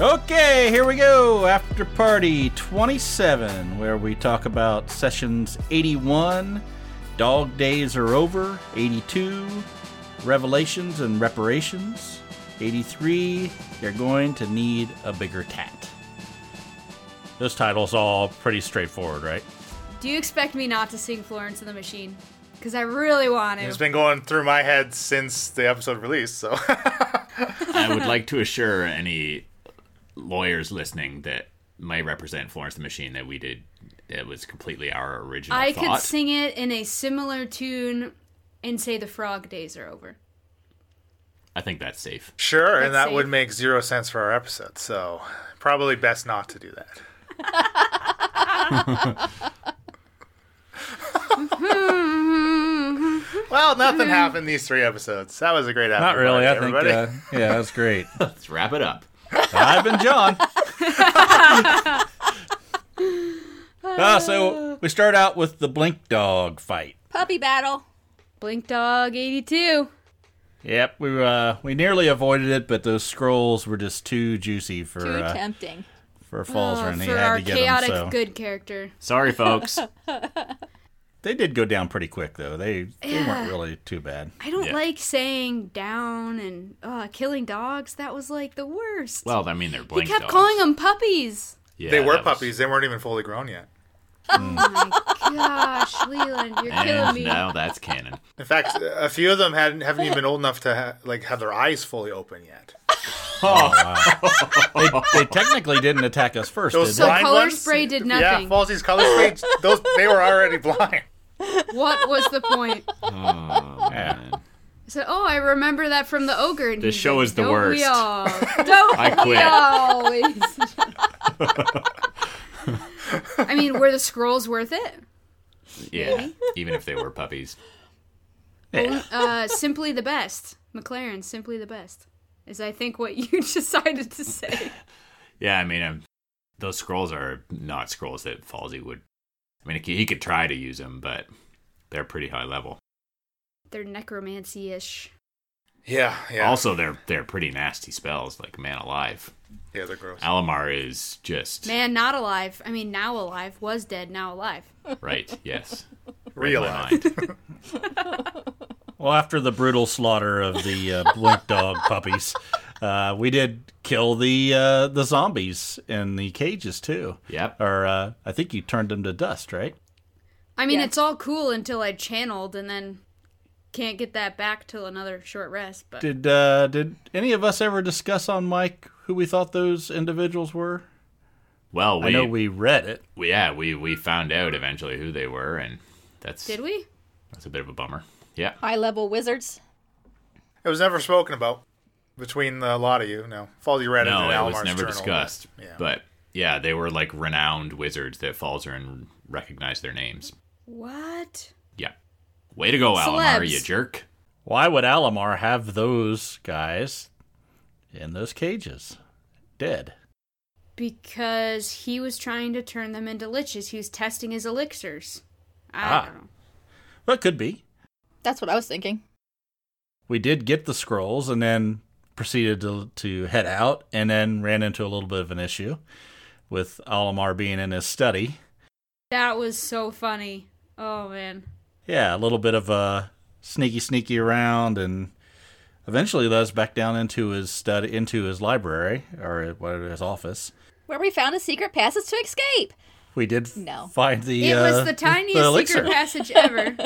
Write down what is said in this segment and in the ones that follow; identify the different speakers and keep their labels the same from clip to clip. Speaker 1: Okay, here we go. After Party 27, where we talk about sessions 81, Dog Days Are Over, 82, Revelations and Reparations, 83, You're Going to Need a Bigger Tat. Those titles all pretty straightforward, right?
Speaker 2: Do you expect me not to sing Florence and the Machine? Because I really want
Speaker 3: It's
Speaker 2: to.
Speaker 3: been going through my head since the episode released, so
Speaker 4: I would like to assure any lawyers listening that may represent Florence the Machine that we did. It was completely our original
Speaker 2: I
Speaker 4: thought.
Speaker 2: could sing it in a similar tune and say the frog days are over.
Speaker 4: I think that's safe.
Speaker 3: sure, and that
Speaker 2: Let's see.
Speaker 3: would make zero sense for our episode. So probably best not to do that. well, nothing happened these three episodes. That was a great episode.
Speaker 1: Not really. I think,
Speaker 3: everybody.
Speaker 1: uh, yeah, that's great.
Speaker 4: Let's wrap it up.
Speaker 1: I've been John. ah, so we start out with the Blink Dog fight.
Speaker 5: Puppy battle.
Speaker 2: Blink Dog 82.
Speaker 1: Yep, we uh, we nearly avoided it, but those scrolls were just too juicy for
Speaker 5: Too
Speaker 1: uh,
Speaker 5: tempting.
Speaker 1: for Falls
Speaker 2: Oh,
Speaker 1: Run. He
Speaker 2: for
Speaker 1: had
Speaker 2: our
Speaker 1: to get
Speaker 2: chaotic
Speaker 1: them. So
Speaker 2: good character.
Speaker 4: Sorry, folks.
Speaker 1: they did go down pretty quick, though. They they weren't really too bad.
Speaker 2: I don't
Speaker 4: Yeah.
Speaker 2: like saying down and uh, killing dogs. That was like the worst.
Speaker 4: well, I mean, they're
Speaker 2: he
Speaker 4: blink
Speaker 2: kept
Speaker 4: dogs.
Speaker 2: calling them puppies.
Speaker 4: Yeah,
Speaker 3: they were
Speaker 4: that was-
Speaker 3: puppies. They weren't even fully grown yet.
Speaker 2: Gosh, Leland, you're killing
Speaker 4: And
Speaker 2: me.
Speaker 4: now that's canon.
Speaker 3: In fact, a few of them hadn't haven't even been old enough to ha- like have their eyes fully open yet.
Speaker 1: They technically didn't attack us first, did
Speaker 3: Those
Speaker 1: they?
Speaker 2: So
Speaker 3: blind
Speaker 2: color
Speaker 3: ones-
Speaker 2: spray did
Speaker 3: Yeah,
Speaker 2: nothing.
Speaker 3: Falsy's color spray. Those they were already blind.
Speaker 2: What was the point?
Speaker 1: Yeah.
Speaker 2: I said, oh, I remember that from the ogre. And
Speaker 4: This
Speaker 2: he's
Speaker 4: show
Speaker 2: like,
Speaker 4: is the
Speaker 2: "Don't We
Speaker 4: worst."
Speaker 2: all. Don't
Speaker 4: I
Speaker 2: we
Speaker 4: quit.
Speaker 2: always. I mean, were the scrolls worth it?
Speaker 4: Yeah, even if they were puppies.
Speaker 1: Yeah.
Speaker 2: Uh, simply the best. McLaren, simply the best. Is I think what you decided to say.
Speaker 4: Yeah, I mean, um those scrolls are not scrolls that Falsey would. I mean, he he could try to use them, but they're pretty high level.
Speaker 2: They're necromancy ish.
Speaker 3: Yeah, yeah.
Speaker 4: Also, they're they're pretty nasty spells. Like man alive,
Speaker 3: yeah, they're gross.
Speaker 4: Alamar is just
Speaker 2: Man, not alive. I mean, now alive. Was dead, now alive.
Speaker 4: right. Yes, Read
Speaker 3: Real
Speaker 4: my
Speaker 3: eye.
Speaker 4: mind.
Speaker 1: Well, after the brutal slaughter of the uh, blink dog puppies, uh, we did kill the uh, the zombies in the cages too.
Speaker 4: Yep.
Speaker 1: Or uh, I think you turned them to dust, right?
Speaker 2: I mean,
Speaker 5: Yeah.
Speaker 2: it's all cool until I channeled and then can't get that back till another short rest. But
Speaker 1: Did uh, did any of us ever discuss on Mike who we thought those individuals were?
Speaker 4: Well,
Speaker 1: I know
Speaker 4: we, we
Speaker 1: we read it.
Speaker 4: yeah we we found out eventually who they were, and that's
Speaker 2: did we?
Speaker 4: that's a bit of a bummer. Yeah,
Speaker 5: High level wizards.
Speaker 3: It was never spoken about between the lot of you. No, Falsey read it
Speaker 4: no,
Speaker 3: in
Speaker 4: it
Speaker 3: Almar's
Speaker 4: was never
Speaker 3: journal.
Speaker 4: discussed.
Speaker 3: Yeah.
Speaker 4: But yeah, they were like renowned wizards that Falzern recognized their names.
Speaker 2: What?
Speaker 4: Yeah, way to go, Alamar,
Speaker 2: Celebs.
Speaker 4: you jerk.
Speaker 1: Why would Alamar have those guys in those cages, dead?
Speaker 2: Because he was trying to turn them into liches. He was testing his elixirs. I
Speaker 1: Ah.
Speaker 2: don't know.
Speaker 1: Well, it could be.
Speaker 5: That's what I was thinking.
Speaker 1: we did get the scrolls and then proceeded to, to head out and then ran into a little bit of an issue with Alamar being in his study.
Speaker 2: That was so funny. Oh man.
Speaker 1: Yeah, a little bit of a sneaky sneaky around and eventually led us back down into his study into his library or what his office.
Speaker 5: Where we found a secret passage to escape.
Speaker 1: We did
Speaker 5: No.
Speaker 1: find the
Speaker 2: it was
Speaker 1: uh,
Speaker 2: the tiniest
Speaker 1: elixir,
Speaker 2: secret passage ever.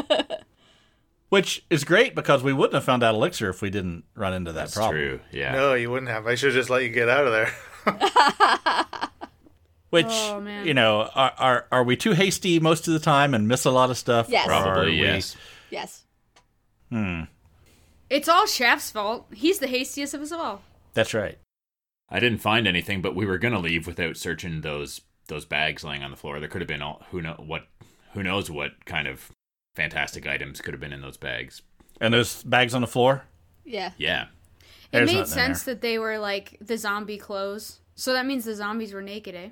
Speaker 1: which is great because we wouldn't have found out elixir if we didn't run into that
Speaker 4: That's
Speaker 1: problem.
Speaker 4: true. Yeah.
Speaker 3: No, you wouldn't have. I should have just let you get out of there.
Speaker 1: Which
Speaker 2: Oh, man.
Speaker 1: you know, are, are are we too hasty most of the time and miss a lot of stuff?
Speaker 5: Yes.
Speaker 1: or are
Speaker 4: Probably
Speaker 1: we-
Speaker 4: yes.
Speaker 5: Yes.
Speaker 2: it's all Shaft's fault. He's the hastiest of us all.
Speaker 1: That's right.
Speaker 4: I didn't find anything, but we were gonna leave without searching those those bags laying on the floor. There could have been all who know what who knows what kind of fantastic items could have been in those bags.
Speaker 1: And those bags on the floor?
Speaker 5: Yeah.
Speaker 4: Yeah,
Speaker 2: It
Speaker 1: There's
Speaker 2: made
Speaker 1: nothing in
Speaker 2: sense that they were like the zombie clothes. So that means the zombies were naked, eh?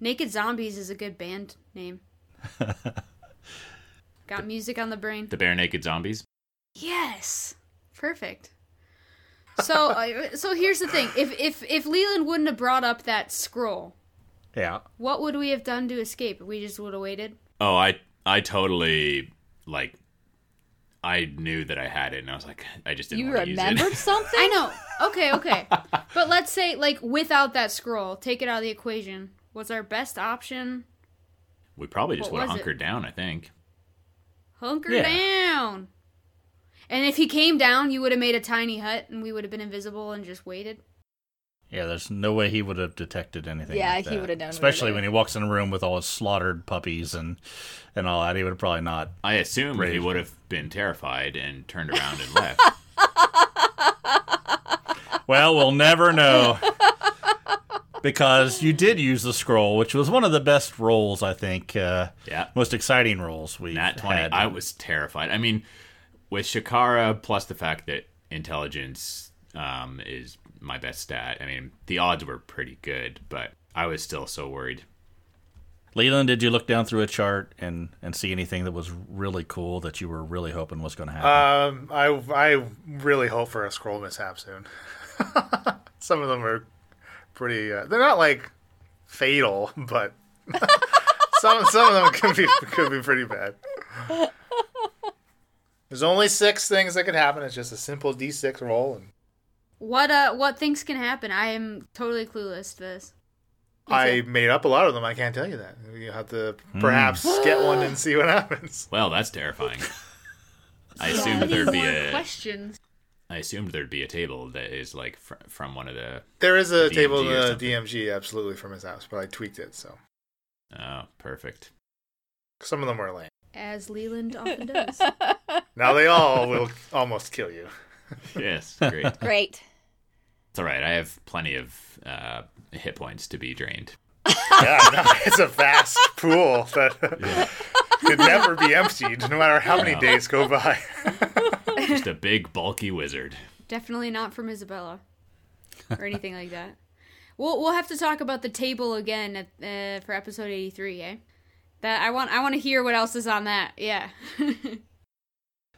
Speaker 2: Naked Zombies is a good band name. Got music on the brain.
Speaker 4: the bare naked zombies.
Speaker 2: Yes. Perfect. So, uh, so here's the thing: if if if Leland wouldn't have brought up that scroll,
Speaker 1: Yeah.
Speaker 2: what would we have done to escape? We just would have waited.
Speaker 4: Oh, I I totally like I knew that I had it, and I was like, I just didn't
Speaker 5: You
Speaker 4: want to use it.
Speaker 5: remembered something?
Speaker 2: I know. Okay, okay. but let's say, like, without that scroll, take it out of the equation. Was our best option
Speaker 4: we probably just
Speaker 2: What
Speaker 4: would have
Speaker 2: was it?
Speaker 4: hunkered down. I think.
Speaker 2: hunker
Speaker 1: Yeah.
Speaker 2: down? And if he came down, you would have made a tiny hut, and we would have been invisible and just waited.
Speaker 1: Yeah, there's no way he would have detected anything.
Speaker 5: Yeah,
Speaker 1: like
Speaker 5: he
Speaker 1: that.
Speaker 5: would have known we were
Speaker 1: Especially
Speaker 5: there.
Speaker 1: when he walks in a room with all his slaughtered puppies and and all that. He would have probably not.
Speaker 4: I assume he
Speaker 1: Brave.
Speaker 4: would have been terrified and turned around and left.
Speaker 1: Well, we'll never know. Because you did use the scroll, which was one of the best roles, I think. Uh,
Speaker 4: Yeah.
Speaker 1: Most exciting roles we
Speaker 4: Nat twenty.
Speaker 1: had.
Speaker 4: I was terrified. I mean, with Shakara plus the fact that intelligence um, is my best stat. I mean, the odds were pretty good, but I was still so worried.
Speaker 1: Leland, did you look down through a chart and, and see anything that was really cool that you were really hoping was going to happen?
Speaker 3: Um, I I really hope for a scroll mishap soon. Some of them are pretty. Uh, they're not like fatal, but some some of them could be could be pretty bad. There's only six things that could happen. It's just a simple D6 roll, and
Speaker 2: What uh, what things can happen? I am totally clueless to this.
Speaker 3: I made up a lot of them. I can't tell you that. You have to
Speaker 4: Hmm.
Speaker 3: perhaps get one and see what happens.
Speaker 4: Well, that's terrifying. I assumed there'd be a. I
Speaker 2: questions.
Speaker 4: assumed there'd be a table that is like fr- from one of the.
Speaker 3: There is a
Speaker 4: DMG
Speaker 3: table uh, in
Speaker 4: or
Speaker 3: the
Speaker 4: something.
Speaker 3: DMG absolutely from his house, but I tweaked it so
Speaker 4: Oh, perfect.
Speaker 3: some of them were lame.
Speaker 2: As Leland often does.
Speaker 3: Now they all will almost kill you.
Speaker 4: Yes, great. it's
Speaker 5: Great.
Speaker 4: all right. I have plenty of uh, hit points to be drained.
Speaker 3: Yeah, no, it's a vast pool that could never be emptied, no matter how many
Speaker 4: Yeah.
Speaker 3: days go by.
Speaker 4: Just a big bulky wizard.
Speaker 2: Definitely not from Isabella or anything like that. We'll we'll have to talk about the table again at, uh, for episode eighty three. Eh? That I want I want to hear what else is on that. Yeah.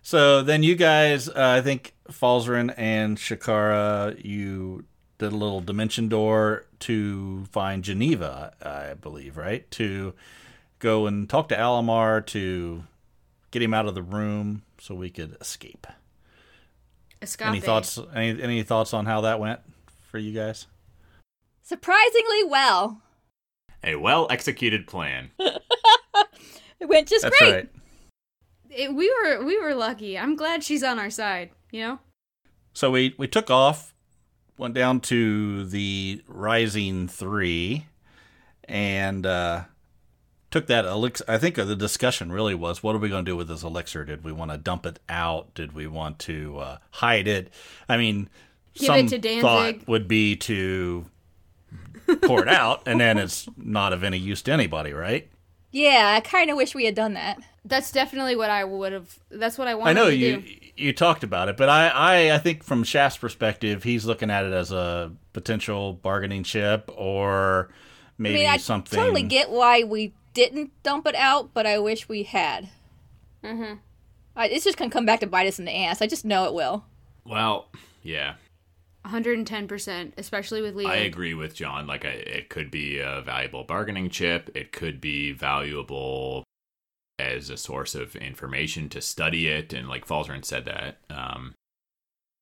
Speaker 1: So then you guys, uh, I think Falzarin and Shakara, you did a little dimension door to find Geneva, I believe, right? To go and talk to Alamar to get him out of the room so we could escape.
Speaker 2: Escape.
Speaker 1: Any thoughts? Any any thoughts on how that went for you guys?
Speaker 5: Surprisingly well.
Speaker 4: A well executed plan.
Speaker 5: It went just
Speaker 1: That's
Speaker 5: great.
Speaker 1: right.
Speaker 2: It- Eh, we were we were lucky. I'm glad she's on our side. You know.
Speaker 1: So we we took off, went down to the Rising Three, and uh, took that elixir. I think the discussion really was, what are we going to do with this elixir? Did we want to dump it out? Did we want to uh, hide it? I mean,
Speaker 2: Give
Speaker 1: some
Speaker 2: it to Danzig.
Speaker 1: thought would be to pour it out, and then it's not of any use to anybody, right?
Speaker 5: Yeah, I kind of wish we had done that.
Speaker 2: That's definitely what I would have. That's what I wanted.
Speaker 1: I know
Speaker 2: to
Speaker 1: you
Speaker 2: Do.
Speaker 1: you talked about it, but I, I I think from Shaft's perspective, he's looking at it as a potential bargaining chip or
Speaker 5: I
Speaker 1: maybe
Speaker 5: mean, I
Speaker 1: something.
Speaker 5: totally get why we didn't dump it out, but I wish we had.
Speaker 2: hmm
Speaker 5: I, it's just gonna come back to bite us in the ass. I just know it will.
Speaker 4: Well, yeah.
Speaker 2: 110%, especially with Leo.
Speaker 4: I agree with John. Like, I, it could be a valuable bargaining chip. It could be valuable as a source of information to study it. And like Falzarin said that, um,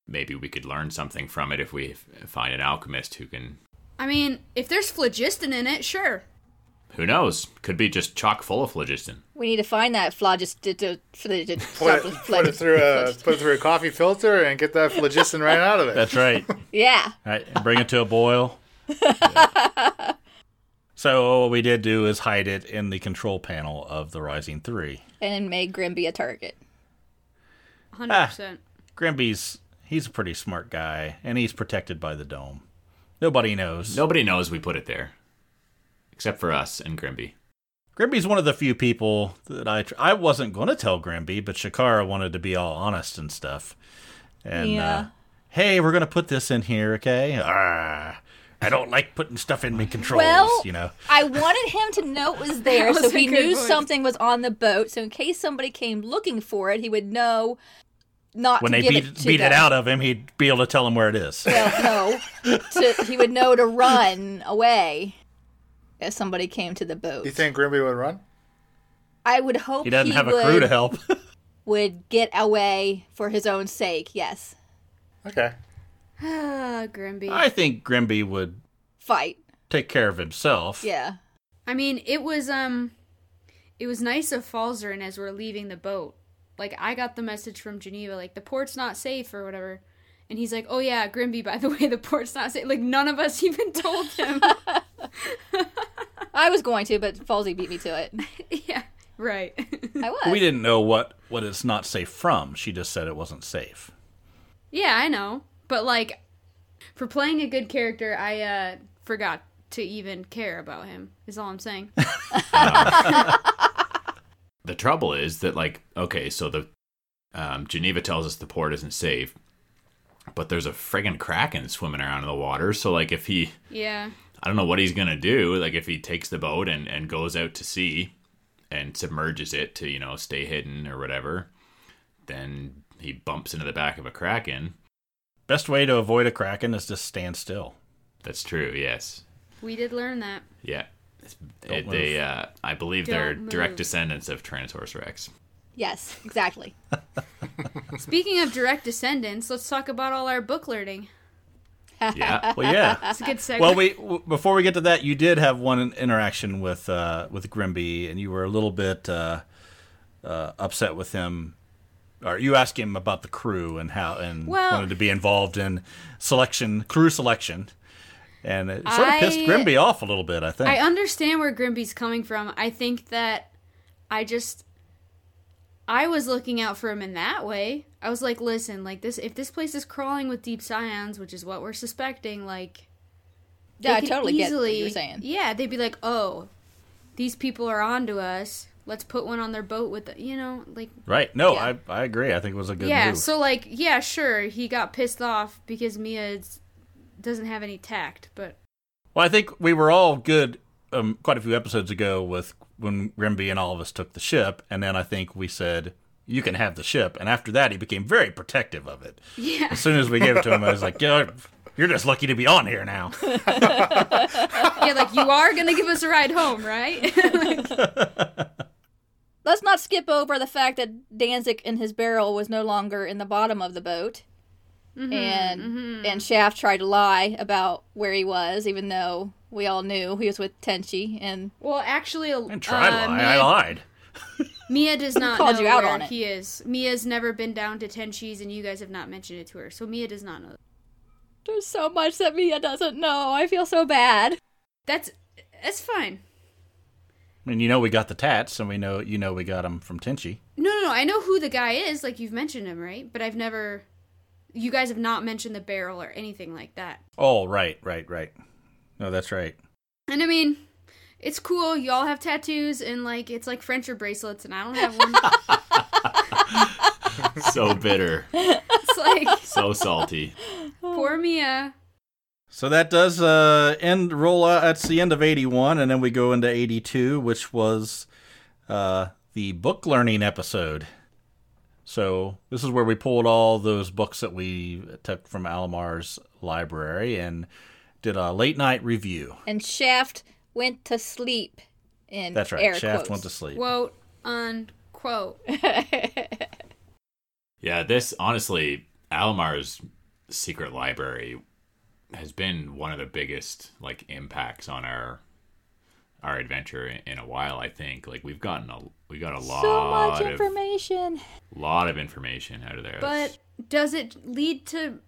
Speaker 4: maybe we could learn something from it if we f- find an alchemist who can.
Speaker 2: I mean, if there's phlogiston in it, sure.
Speaker 4: Who knows? Could be just chock full of phlogiston.
Speaker 5: We need to find that flaw. Just to, to, to, to,
Speaker 3: Put it, put it through a put it through a coffee filter and get that phlogiston right out of it.
Speaker 1: That's right.
Speaker 5: yeah.
Speaker 1: right. Bring it to a boil. so what we did do is hide it in the control panel of the Rising Three.
Speaker 5: and made Grim be a target.
Speaker 1: Ah.
Speaker 2: 100%.
Speaker 1: Grimby's he's a pretty smart guy, and he's protected by the dome. Nobody knows.
Speaker 4: Nobody knows we put it there, except for us and Grimby.
Speaker 1: Grimby's one of the few people that I tr- I wasn't going to tell Grimby, but Shakara wanted to be all honest and stuff. And
Speaker 5: Yeah.
Speaker 1: uh, hey, we're going to put this in here, okay? Ah, I don't like putting stuff in my controls,
Speaker 5: Well-
Speaker 1: you know.
Speaker 5: I wanted him to know it was there,
Speaker 2: That
Speaker 5: so
Speaker 2: was a
Speaker 5: he
Speaker 2: good
Speaker 5: knew
Speaker 2: voice.
Speaker 5: something was on the boat. So in case somebody came looking for it, he would know not
Speaker 1: When
Speaker 5: to
Speaker 1: they
Speaker 5: give
Speaker 1: beat
Speaker 5: it,
Speaker 1: it,
Speaker 5: to
Speaker 1: beat it
Speaker 5: them.
Speaker 1: out of him, he'd be able to tell them where it is.
Speaker 5: Well, no, to, he would know to run away if somebody came to the boat.
Speaker 3: You think Grimby would run?
Speaker 5: I would hope
Speaker 1: He doesn't have a
Speaker 5: would,
Speaker 1: crew to help.
Speaker 5: would get away for his own sake. Yes,
Speaker 3: Okay.
Speaker 2: Ah, Grimby.
Speaker 1: I think Grimby would
Speaker 5: fight.
Speaker 1: take care of himself.
Speaker 5: Yeah,
Speaker 2: I mean, it was um, it was nice of Falzarin as we're leaving the boat. Like I got the message from Geneva, like the port's not safe or whatever, and he's like, "Oh yeah, Grimby. By the way, the port's not safe." Like none of us even told him.
Speaker 5: I was going to, but Falsey beat me to it.
Speaker 2: yeah, right.
Speaker 5: I was.
Speaker 1: We didn't know what, what it's not safe from. She just said it wasn't safe.
Speaker 2: yeah, I know, but like, for playing a good character, I uh forgot to even care about him. Is all I'm saying.
Speaker 4: the trouble is that like okay so the um, geneva tells us the port isn't safe but there's a friggin' kraken swimming around in the water so like if he
Speaker 2: yeah.
Speaker 4: i don't know what he's gonna do like if he takes the boat and, and goes out to sea and submerges it to you know stay hidden or whatever then he bumps into the back of a kraken
Speaker 1: Best way to avoid a kraken is to stand still.
Speaker 4: that's true yes
Speaker 2: We did learn that.
Speaker 4: yeah It's-
Speaker 1: Don't
Speaker 4: it- they
Speaker 1: move.
Speaker 4: uh, i believe they're
Speaker 2: Don't
Speaker 4: direct
Speaker 2: move.
Speaker 4: descendants of tyrannosaurus rex
Speaker 5: Yes, exactly.
Speaker 2: Speaking of direct descendants, let's talk about all our book learning.
Speaker 4: yeah
Speaker 1: Well, yeah.
Speaker 2: It's a good segue.
Speaker 1: well, we w- before we get to that, you did have one interaction with uh, with Grimby, and you were a little bit uh, uh, upset with him, or you asked him about the crew and how, and
Speaker 2: Well-
Speaker 1: wanted to be involved in selection, crew selection, and it sort of pissed
Speaker 2: I-
Speaker 1: Grimby off a little bit. I think.
Speaker 2: I understand where Grimby's coming from. I think that I just I was looking out for him in that way. I was like, listen, like this if this place is crawling with deep scions, which is what we're suspecting, like
Speaker 5: Yeah, I
Speaker 2: could
Speaker 5: totally get what you're saying.
Speaker 2: Yeah, they'd be like, "Oh, these people are onto us. Let's put one on their boat with the, you know, like
Speaker 1: right? No,
Speaker 5: Yeah.
Speaker 1: I I agree. I think it was a good
Speaker 2: yeah,
Speaker 1: move.
Speaker 2: so like, yeah, sure, he got pissed off because Mia is- doesn't have any tact, but
Speaker 1: Well, I think we were all good um, quite a few episodes ago with when Grimby and all of us took the ship, and then I think we said you can have the ship, and after that he became very protective of it.
Speaker 2: yeah,
Speaker 1: As soon as we gave it to him, I was like, "Yo, you're just lucky to be on here now."
Speaker 2: yeah, like you are gonna give us a ride home, right?
Speaker 5: Let's not skip over the fact that Danzig and his barrel was no longer in the bottom of the boat, and and Shaft tried to lie about where he was, even though we all knew he was with Tenchi. And
Speaker 2: well, actually, a-
Speaker 1: And try
Speaker 2: uh,
Speaker 1: lie,
Speaker 2: Mia,
Speaker 1: I lied.
Speaker 2: Mia does not
Speaker 5: Called
Speaker 2: know
Speaker 5: you out
Speaker 2: where
Speaker 5: on it.
Speaker 2: he is. Mia's never been down to Tenchi's, and you guys have not mentioned it to her, so Mia does not know.
Speaker 5: there's so much that Mia doesn't know. I feel so bad.
Speaker 2: That's that's fine.
Speaker 1: I mean, you know, we got the tats, and we know you know we got them from Tenchi.
Speaker 2: No, no, no. I know who the guy is. Like you've mentioned him, right? But I've never. You guys have not mentioned the barrel or anything like that.
Speaker 1: Oh, right, right, right. No, that's right.
Speaker 2: And I mean, it's cool. Y'all have tattoos, and like it's like French or bracelets, and I don't have one.
Speaker 4: so bitter
Speaker 2: it's like
Speaker 4: so salty
Speaker 2: poor Mia.
Speaker 1: So that does uh, end roll. Uh, that's the end of eighty one, and then we go into eighty two, which was uh, the book learning episode. So this is where we pulled all those books that we took from Almar's library and did a late night review.
Speaker 5: And Shaft went to sleep. In
Speaker 1: That's right.
Speaker 5: Air
Speaker 1: Shaft
Speaker 5: quotes.
Speaker 1: went to sleep.
Speaker 2: Quote unquote.
Speaker 4: Yeah, this honestly, Almar's secret library has been one of the biggest like impacts on our our adventure in, in a while. I think like we've gotten a we got a lot
Speaker 5: so much
Speaker 4: of
Speaker 5: information.
Speaker 4: lot of information out of there.
Speaker 2: But does it lead to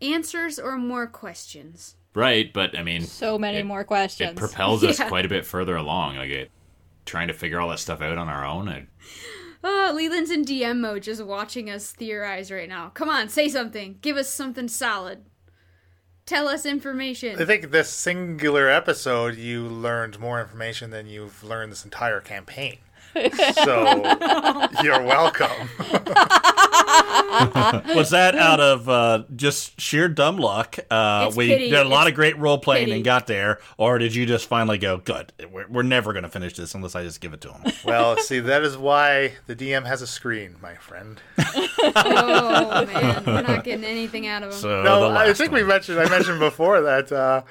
Speaker 2: answers or more questions?
Speaker 4: right, but I mean,
Speaker 5: So many
Speaker 4: it-
Speaker 5: more
Speaker 4: it
Speaker 5: questions.
Speaker 4: propels us
Speaker 2: Yeah.
Speaker 4: quite a bit further along. Like it, trying to figure all that stuff out on our own. It,
Speaker 2: Oh, Leland's in DM mode just watching us theorize right now. Come on, say something. Give us something solid. Tell us
Speaker 3: I
Speaker 2: information.
Speaker 3: think this singular episode, you learned more information than you've learned this entire campaign. So you're welcome.
Speaker 1: was that out of uh, just sheer dumb luck? Uh,
Speaker 2: It's
Speaker 1: we
Speaker 2: pity.
Speaker 1: did a lot
Speaker 2: It's
Speaker 1: of great role playing
Speaker 2: pity.
Speaker 1: and got there, or did you just finally go, "Good, we're, we're never going to finish this unless I just give it to him"?
Speaker 3: Well, see, that is why the DM has a screen, my friend.
Speaker 2: oh man, we're not getting anything out of them.
Speaker 1: So the
Speaker 3: No, I
Speaker 1: last
Speaker 3: think
Speaker 1: one.
Speaker 3: we mentioned. I mentioned before that. Uh,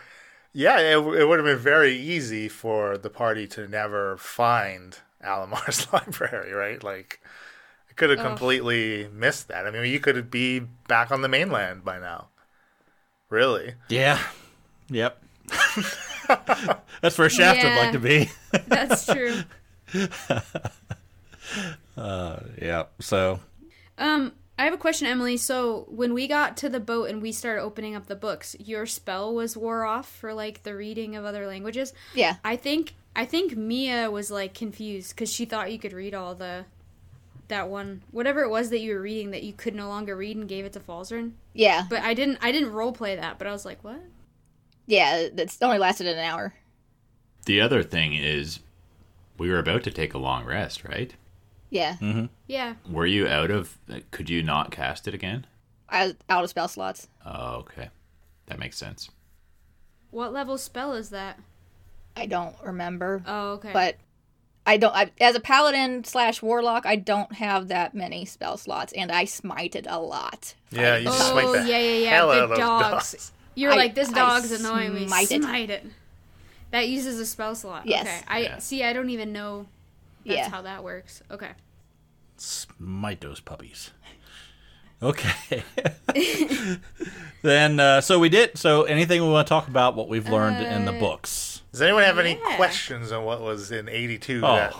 Speaker 3: yeah, it, it would have been very easy for the party to never find Alamar's library, right? Like, I could have completely missed that. I mean, you could be back on the mainland by now. Really?
Speaker 1: Yeah. Yep. That's where Shaft would like
Speaker 2: Yeah.
Speaker 1: to be.
Speaker 2: That's true.
Speaker 1: yeah. So
Speaker 2: Um, I have a question, Emily. So when we got to the boat and we started opening up the books, your spell was wore off for like the reading of other languages.
Speaker 5: Yeah.
Speaker 2: I think I think Mia was like confused because she thought you could read all the that one whatever it was that you were reading that you could no longer read and gave it to Falzern.
Speaker 5: Yeah.
Speaker 2: But I didn't I didn't role play that. But I was like, what?
Speaker 5: Yeah. That's only lasted an hour.
Speaker 4: The other thing is, we were about to take a long rest, right?
Speaker 5: Yeah.
Speaker 1: Mm.
Speaker 2: Yeah.
Speaker 4: Were you out of? Could you not cast it again?
Speaker 5: I was out of spell slots.
Speaker 4: Oh, okay, that makes sense.
Speaker 2: What level spell is that?
Speaker 5: I don't remember.
Speaker 2: Oh, okay.
Speaker 5: But I don't. I, as a paladin slash warlock, I don't have that many spell slots, and I smited a lot.
Speaker 3: Yeah, you just
Speaker 2: oh
Speaker 3: like the
Speaker 2: yeah, yeah, yeah.
Speaker 3: hell
Speaker 2: Good
Speaker 3: out of those
Speaker 2: dogs.
Speaker 3: dogs.
Speaker 2: You're
Speaker 5: I-
Speaker 2: like this
Speaker 5: I
Speaker 2: dog's annoying me.
Speaker 5: smite
Speaker 2: Smite
Speaker 5: it.
Speaker 2: it. That uses a spell slot.
Speaker 5: Yes.
Speaker 2: Okay. I
Speaker 4: Yeah.
Speaker 2: see. I don't even know. That's
Speaker 5: Yeah.
Speaker 2: how that works. Okay.
Speaker 1: smite those puppies. Okay. then uh, so we did. So anything we want to talk about what we've learned in the books?
Speaker 3: Does anyone have any
Speaker 2: Yeah.
Speaker 3: questions on what was in '82?
Speaker 1: Oh.
Speaker 3: That...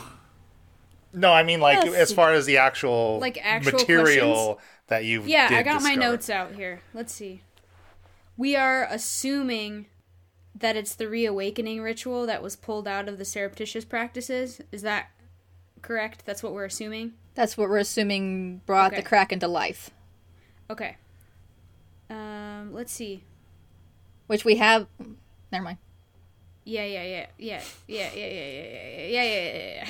Speaker 3: No, I mean like
Speaker 5: Yes.
Speaker 3: as far as the actual
Speaker 2: Like, actual
Speaker 3: material that you've
Speaker 2: Yeah, I
Speaker 3: did
Speaker 2: got my
Speaker 3: discover.
Speaker 2: notes out here. Let's see. We are assuming that it's the reawakening ritual that was pulled out of the surreptitious practices. Is that correct? That's what we're assuming.
Speaker 5: That's what we're assuming brought the
Speaker 2: Okay.
Speaker 5: Kraken to life,
Speaker 2: Okay. Um. Let's see.
Speaker 5: which we have. Never mind.
Speaker 2: Yeah. Yeah. Yeah. Yeah. Yeah. Yeah. Yeah. Yeah. Yeah. Yeah. Yeah. yeah, yeah.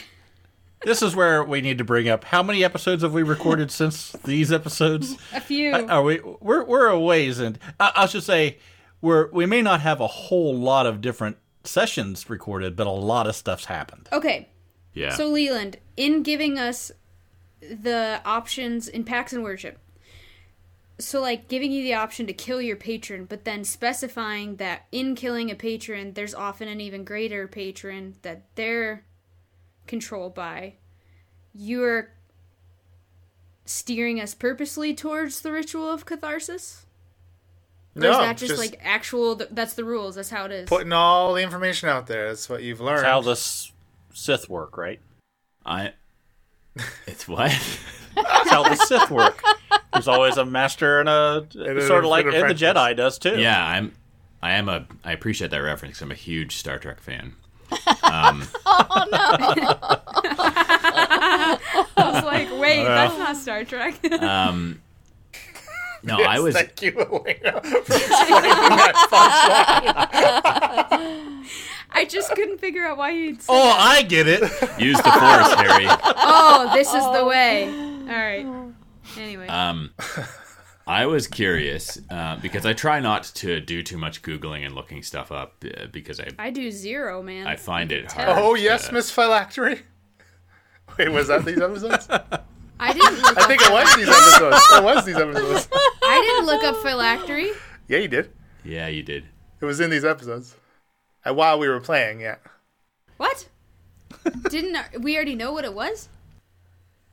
Speaker 1: This is where we need to bring up how many episodes have we recorded since these episodes?
Speaker 2: A few.
Speaker 1: I- Are we? We're we're a ways, and I, I should say we're we may not have a whole lot of different sessions recorded, but a lot of stuff's happened.
Speaker 2: Okay.
Speaker 4: Yeah.
Speaker 2: So Leland, in giving us the options in Pax and Worship, so like giving you the option to kill your patron, but then specifying that in killing a patron, there's often an even greater patron that they're controlled by. You're steering us purposely towards the ritual of catharsis. Or
Speaker 3: No,
Speaker 2: is that just, like actual? That's the rules. That's how it is.
Speaker 3: putting all the information out there. That's what you've learned.
Speaker 1: That's how the S- Sith work, right?
Speaker 4: I. It's what?
Speaker 1: That's how the Sith work. There's always a master and a
Speaker 3: an-
Speaker 1: sort of like
Speaker 3: and
Speaker 1: and the
Speaker 3: an apprentice.
Speaker 1: Jedi does too.
Speaker 4: yeah, I'm. I am a. I appreciate that reference. 'cause I'm a huge Star Trek fan.
Speaker 2: I was like, wait, that's not Star Trek.
Speaker 4: Um. No, I was.
Speaker 3: Thank you, Elena.
Speaker 2: I just couldn't figure out why you'd. Say
Speaker 1: Oh, I get it.
Speaker 4: Use the force, Harry.
Speaker 2: Oh, this is the way. All right. Anyway.
Speaker 3: Uh,
Speaker 4: Um, I was curious uh, because I try not to do too much googling and looking stuff up uh, because I
Speaker 2: I do zero, man.
Speaker 4: I find it hard.
Speaker 3: oh yes,
Speaker 4: to-
Speaker 3: Miss Phylactery. Wait, was that these episodes?
Speaker 2: I didn't look
Speaker 3: I think it
Speaker 2: up,
Speaker 3: was these episodes. It was these episodes.
Speaker 2: I didn't look up phylactery.
Speaker 3: Yeah, you did.
Speaker 4: Yeah, you did.
Speaker 3: It was in these episodes. And while we were playing, yeah.
Speaker 2: What? Didn't I- we already know what it was?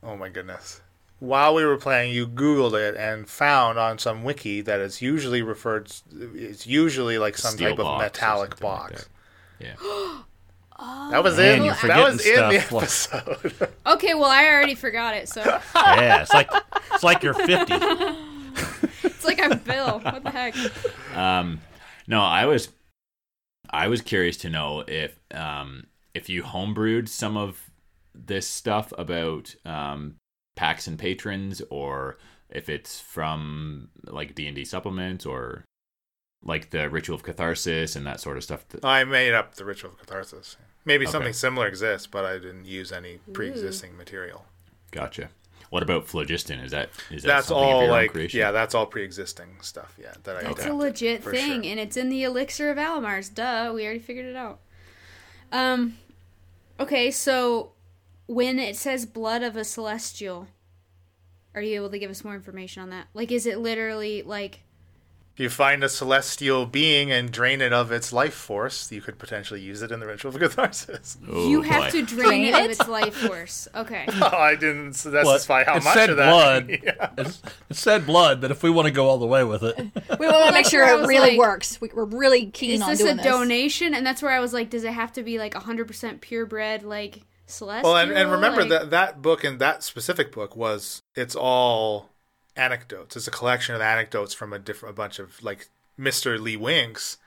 Speaker 3: Oh my goodness. While we were playing, you Googled it and found on some wiki that it's usually referred. It's usually like some
Speaker 4: Steel
Speaker 3: type of
Speaker 4: box or
Speaker 3: metallic
Speaker 4: something like
Speaker 3: box.
Speaker 4: Yeah.
Speaker 2: Oh.
Speaker 3: That was
Speaker 1: Man,
Speaker 3: in.
Speaker 1: you're
Speaker 3: That was in
Speaker 1: forgetting
Speaker 3: the
Speaker 1: stuff. Look.
Speaker 3: episode.
Speaker 2: Okay, well I already forgot it, so
Speaker 1: Yeah, it's like it's like you're 50.
Speaker 2: it's like I'm Bill. What the heck?
Speaker 4: Um, no, I was, I was curious to know if, um, if you homebrewed some of this stuff about um, packs and patrons, or if it's from like D and D supplements, or like the ritual of catharsis and that sort of stuff. that-
Speaker 3: I made up the ritual of catharsis. Maybe
Speaker 4: Okay.
Speaker 3: something similar exists, but I didn't use any pre-existing material.
Speaker 4: Gotcha. What about phlogiston? Is that is that
Speaker 3: that's
Speaker 4: something of your
Speaker 3: all
Speaker 4: own
Speaker 3: like
Speaker 4: creation?
Speaker 3: yeah, that's all pre-existing stuff. Yeah, that I
Speaker 2: That's
Speaker 3: adapted,
Speaker 2: a legit
Speaker 3: for
Speaker 2: thing,
Speaker 3: sure.
Speaker 2: and it's in the elixir of Alamar's. Duh, we already figured it out. Um, okay, so when it says blood of a celestial, are you able to give us more information on that? Like, is it literally like
Speaker 3: If you find a celestial being and drain it of its life force, you could potentially use it in the ritual of catharsis.
Speaker 4: Oh,
Speaker 2: you have
Speaker 4: boy.
Speaker 2: to drain it of
Speaker 5: Drain it?
Speaker 2: its life force? Okay,
Speaker 3: oh, I didn't specify how
Speaker 1: it
Speaker 3: much
Speaker 1: said
Speaker 3: of that.
Speaker 1: blood.
Speaker 3: Yeah.
Speaker 1: It's- it said blood, but if we want to go all the way with it,
Speaker 5: We want to make
Speaker 2: That's
Speaker 5: sure
Speaker 2: where I
Speaker 5: it
Speaker 2: was
Speaker 5: really
Speaker 2: like,
Speaker 5: works. We, we're really keen
Speaker 2: is
Speaker 5: on
Speaker 2: this
Speaker 5: doing
Speaker 2: a donation? And that's where I was like, does it have to be like 100% purebred, like celestial?
Speaker 3: Well, and, and remember
Speaker 2: Like-
Speaker 3: that that book and that specific book was it's all anecdotes. It's a collection of anecdotes from a different a bunch of like Mr. Lee Winks.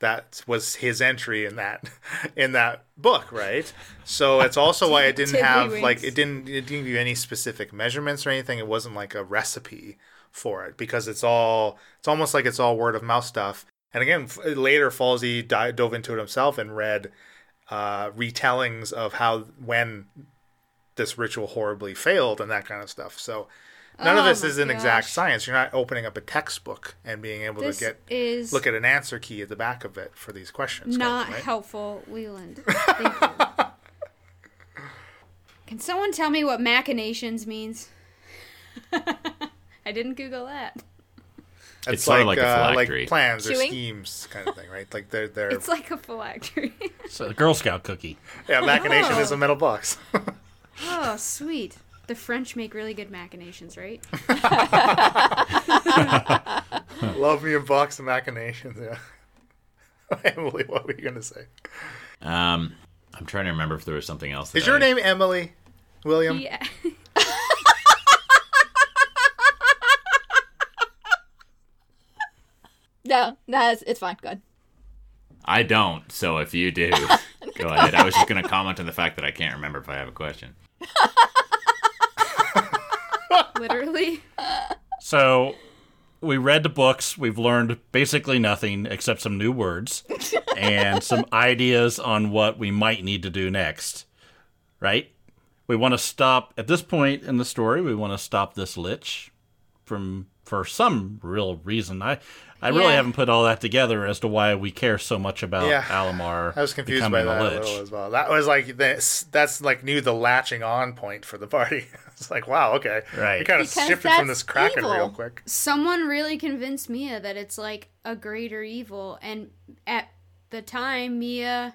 Speaker 3: That was his entry in that in that book, right? So it's also why it didn't
Speaker 2: Ted Lee
Speaker 3: have like
Speaker 2: Winks.
Speaker 3: it didn't it didn't give you any specific measurements or anything. It wasn't like a recipe for it because it's all it's almost like it's all word of mouth stuff. And again, f- later Falsey di- dove into it himself and read uh, retellings of how when this ritual horribly failed and that kind of stuff. So none of
Speaker 2: Oh
Speaker 3: this
Speaker 2: my
Speaker 3: is an exact
Speaker 2: gosh.
Speaker 3: science. You're not opening up a textbook and being able
Speaker 2: this
Speaker 3: to get
Speaker 2: is
Speaker 3: look at an answer key at the back of it for these questions. kind of
Speaker 2: not
Speaker 3: thing, right?
Speaker 2: helpful, Leland. Thank you. Can someone tell me what machinations means? I didn't Google that.
Speaker 3: It's,
Speaker 4: It's sorta like a
Speaker 3: uh,
Speaker 4: phylactery.
Speaker 3: like plans or
Speaker 5: Chewing?
Speaker 3: schemes kind of thing, right? Like they're they're
Speaker 2: It's like a phylactery.
Speaker 1: it's a Girl Scout cookie.
Speaker 3: yeah, machination
Speaker 2: Oh.
Speaker 3: is a metal box.
Speaker 2: oh, sweet. The French make really good machinations, right?
Speaker 3: Love me a box of machinations. Yeah. Emily, what were you gonna say?
Speaker 4: Um, I'm trying to remember if there was something else.
Speaker 3: Is
Speaker 4: that
Speaker 3: your
Speaker 4: I-
Speaker 3: name Emily? William?
Speaker 2: Yeah.
Speaker 5: No, no, it's, it's fine. Good.
Speaker 4: I don't. So if you do, go ahead. I was just going to comment on the fact that I can't remember if I have a question.
Speaker 2: Literally.
Speaker 1: So we read the books. We've learned basically nothing except some new words and some ideas on what we might need to do next. Right? We want to stop at this point in the story. We want to stop this lich from for some real reason. I I really
Speaker 2: Yeah.
Speaker 1: haven't put all that together as to why we care so much about
Speaker 3: Yeah.
Speaker 1: Alamar.
Speaker 3: I was confused by
Speaker 1: becoming
Speaker 3: that
Speaker 1: a
Speaker 3: a
Speaker 1: lich.
Speaker 3: little as well. That was like this. That's like new the latching on point for the party. It's like wow, okay,
Speaker 1: Right.
Speaker 3: You kind of
Speaker 5: Because
Speaker 3: shifted from
Speaker 5: that's
Speaker 3: this kraken
Speaker 5: evil.
Speaker 3: real quick.
Speaker 2: Someone really convinced Mia that it's like a greater evil, and at the time, Mia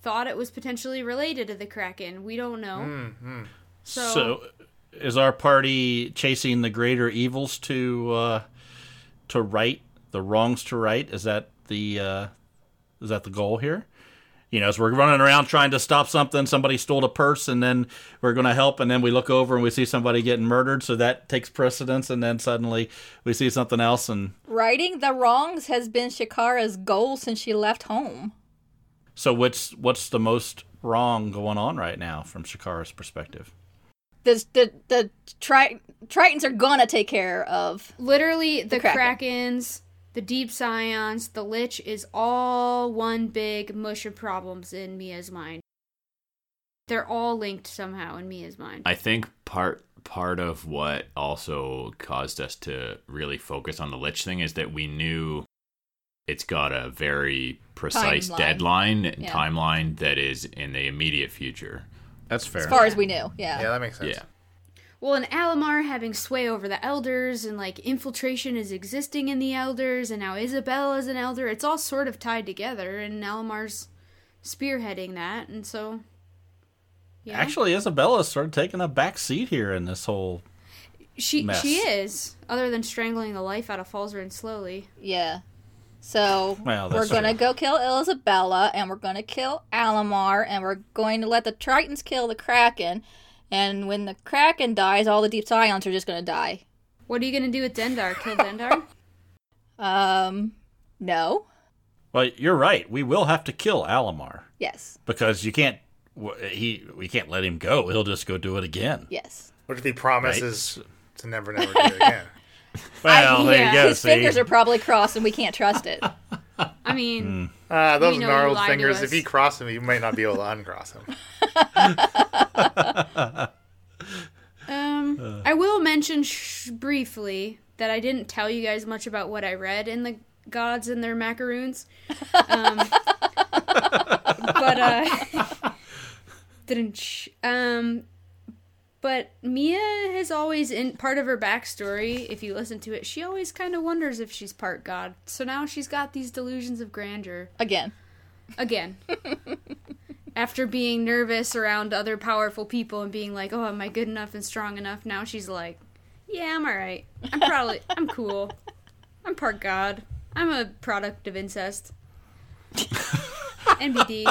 Speaker 2: thought it was potentially related to the Kraken. We don't know.
Speaker 1: So, is our party chasing the greater evils to uh, to right the wrongs to right? Is that the uh, is that the goal here? You know, as we're running around trying to stop something, somebody stole a purse, and then we're going to help, and then we look over and we see somebody getting murdered, so that takes precedence, and then suddenly we see something else, and
Speaker 5: Righting the wrongs has been Shikara's goal since she left home.
Speaker 1: so what's what's the most wrong going on right now from Shakara's perspective?
Speaker 5: The the the tri- Tritons are gonna take care of.
Speaker 2: literally the,
Speaker 5: Kraken.
Speaker 2: krakens the deep scions the lich is all one big mush of problems in mia's mind they're all linked somehow in mia's mind
Speaker 4: I think part part of what also caused us to really focus on the lich thing is that we knew it's got a very precise
Speaker 5: Timeline.
Speaker 4: deadline and
Speaker 5: Yeah.
Speaker 4: timeline that is in the immediate future.
Speaker 1: That's fair.
Speaker 5: As far as we knew,
Speaker 3: Yeah,
Speaker 5: yeah.
Speaker 3: that makes sense.
Speaker 4: Yeah.
Speaker 2: well and alamar having sway over the elders and like infiltration is existing in the elders and now isabel is an elder it's all sort of tied together and alamar's spearheading that and so yeah
Speaker 1: Actually, Isabella's sort of taking a back seat here in this whole
Speaker 2: she
Speaker 1: mess.
Speaker 2: she is other than strangling the life out of falzarin slowly
Speaker 5: Yeah. So
Speaker 1: Well,
Speaker 5: we're
Speaker 1: that's
Speaker 5: gonna
Speaker 1: true.
Speaker 5: go kill Isabella, and we're gonna kill Alamar, and we're going to let the Tritons kill the Kraken. And when the Kraken dies, all the Deep Scions are just gonna die.
Speaker 2: what are you gonna do with dendar kill dendar
Speaker 5: Um, no.
Speaker 1: Well, you're right. We will have to kill Alamar
Speaker 5: Yes.
Speaker 1: because you can't. w- He we can't let him go. He'll just go do it again.
Speaker 5: Yes.
Speaker 3: What if he promises to never, never do it again?
Speaker 1: Well, there
Speaker 2: yeah.
Speaker 1: you go.
Speaker 5: His
Speaker 1: see?
Speaker 5: fingers are probably crossed, and we can't trust it.
Speaker 2: I
Speaker 1: Hmm.
Speaker 2: mean,
Speaker 3: Ah, those
Speaker 2: We know you
Speaker 3: gnarled
Speaker 2: lied to
Speaker 3: fingers.
Speaker 2: us.
Speaker 3: If he crossed them, you might not be able to uncross them.
Speaker 2: um, mention sh- briefly that I didn't tell you guys much about what I read in the gods and their macaroons. Um, but uh, didn't sh- um, but Mia has always in part of her backstory. If you listen to it, she always kind of wonders if she's part god. So now she's got these delusions of grandeur
Speaker 5: Again.
Speaker 2: again. After being nervous around other powerful people and being like, "Oh, am I good enough and strong enough?" Now she's like, "Yeah, I'm all right. I'm probably I'm cool. I'm part god. I'm a product of incest." NBD.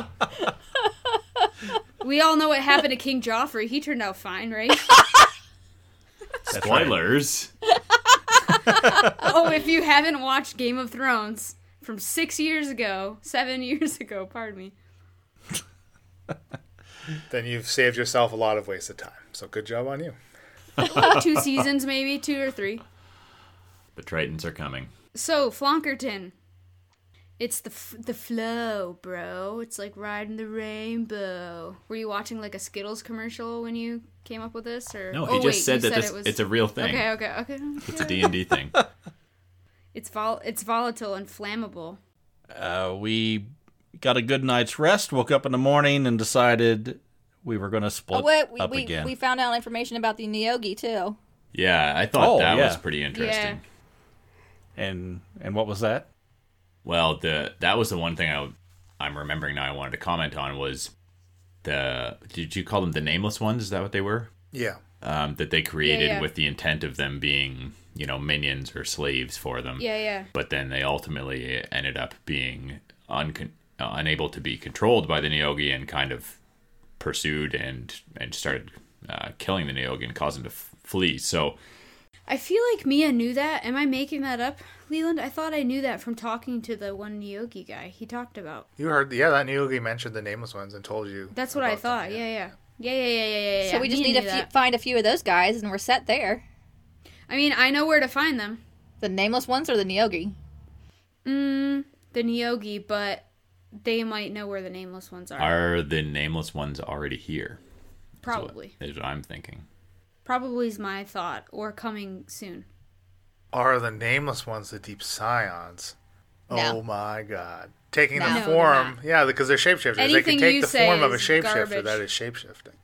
Speaker 2: We all know what happened to King Joffrey. He turned out fine, right?
Speaker 1: That's right.
Speaker 4: Spoilers.
Speaker 2: oh, if you haven't watched Game of Thrones from six years ago, seven years ago, pardon me.
Speaker 3: Then you've saved yourself a lot of wasted time. So good job on you.
Speaker 2: two seasons, maybe two or three.
Speaker 4: The Tritons are coming.
Speaker 2: So Flonkerton, it's the f- the flow, bro. It's like riding the rainbow. Were you watching like a Skittles commercial when you came up with this, or
Speaker 4: No,
Speaker 2: Oh,
Speaker 4: he just
Speaker 2: wait, you
Speaker 4: said that this
Speaker 2: it was-
Speaker 4: it's a real thing.
Speaker 2: okay, okay, okay.
Speaker 4: It's a D&D thing.
Speaker 2: It's vol it's volatile and flammable.
Speaker 1: Uh, we got a good night's rest, woke up in the morning, and decided we were going to split
Speaker 5: Oh, wait, we,
Speaker 1: up
Speaker 5: we,
Speaker 1: again.
Speaker 5: we found out information about the Neogi, too.
Speaker 4: Yeah, I thought
Speaker 1: Oh,
Speaker 4: that
Speaker 1: yeah.
Speaker 4: was pretty interesting.
Speaker 1: And and what was that?
Speaker 4: Well, the that was the one thing I I'm remembering now I wanted to comment on was the did you call them the nameless ones? Is that what they were?
Speaker 3: Yeah.
Speaker 4: Um, that they created
Speaker 2: yeah.
Speaker 4: with the intent of them being, you know, minions or slaves for them.
Speaker 2: Yeah, yeah.
Speaker 4: But then they ultimately ended up being uncon- uh, unable to be controlled by the Neogi and kind of pursued and and started uh, killing the Neogi and causing them to f- flee. So
Speaker 2: I feel like Mia knew that. Am I making that up, Leland? I thought I knew that from talking to the one Yogi guy he talked about.
Speaker 3: You heard, yeah, that Neogi mentioned the nameless ones and told you.
Speaker 2: That's what I
Speaker 3: about them,
Speaker 2: thought. Yeah, yeah. Yeah, yeah, yeah, yeah, yeah. yeah.
Speaker 5: so we just
Speaker 2: Mia
Speaker 5: need to
Speaker 2: knew
Speaker 5: few,
Speaker 2: that.
Speaker 5: find a few of those guys, and we're set there.
Speaker 2: I mean, I know where to find them.
Speaker 5: The nameless ones or the Neogi?
Speaker 2: Mm, the Nyogi, but they might know where the nameless ones are.
Speaker 4: are the nameless ones already here? Is what-
Speaker 2: Probably.
Speaker 4: is what I'm thinking.
Speaker 2: Probably is my thought, or coming soon.
Speaker 3: Are the nameless ones the deep scions?
Speaker 5: No.
Speaker 3: Oh my god. Taking
Speaker 5: No. No,
Speaker 3: the
Speaker 5: they're
Speaker 3: form.
Speaker 2: not.
Speaker 3: Yeah, because they're shapeshifters. they
Speaker 2: Anything
Speaker 3: can
Speaker 2: you
Speaker 3: take the
Speaker 2: say
Speaker 3: form of a
Speaker 2: is
Speaker 3: shapeshifter.
Speaker 2: garbage.
Speaker 3: That is shapeshifting.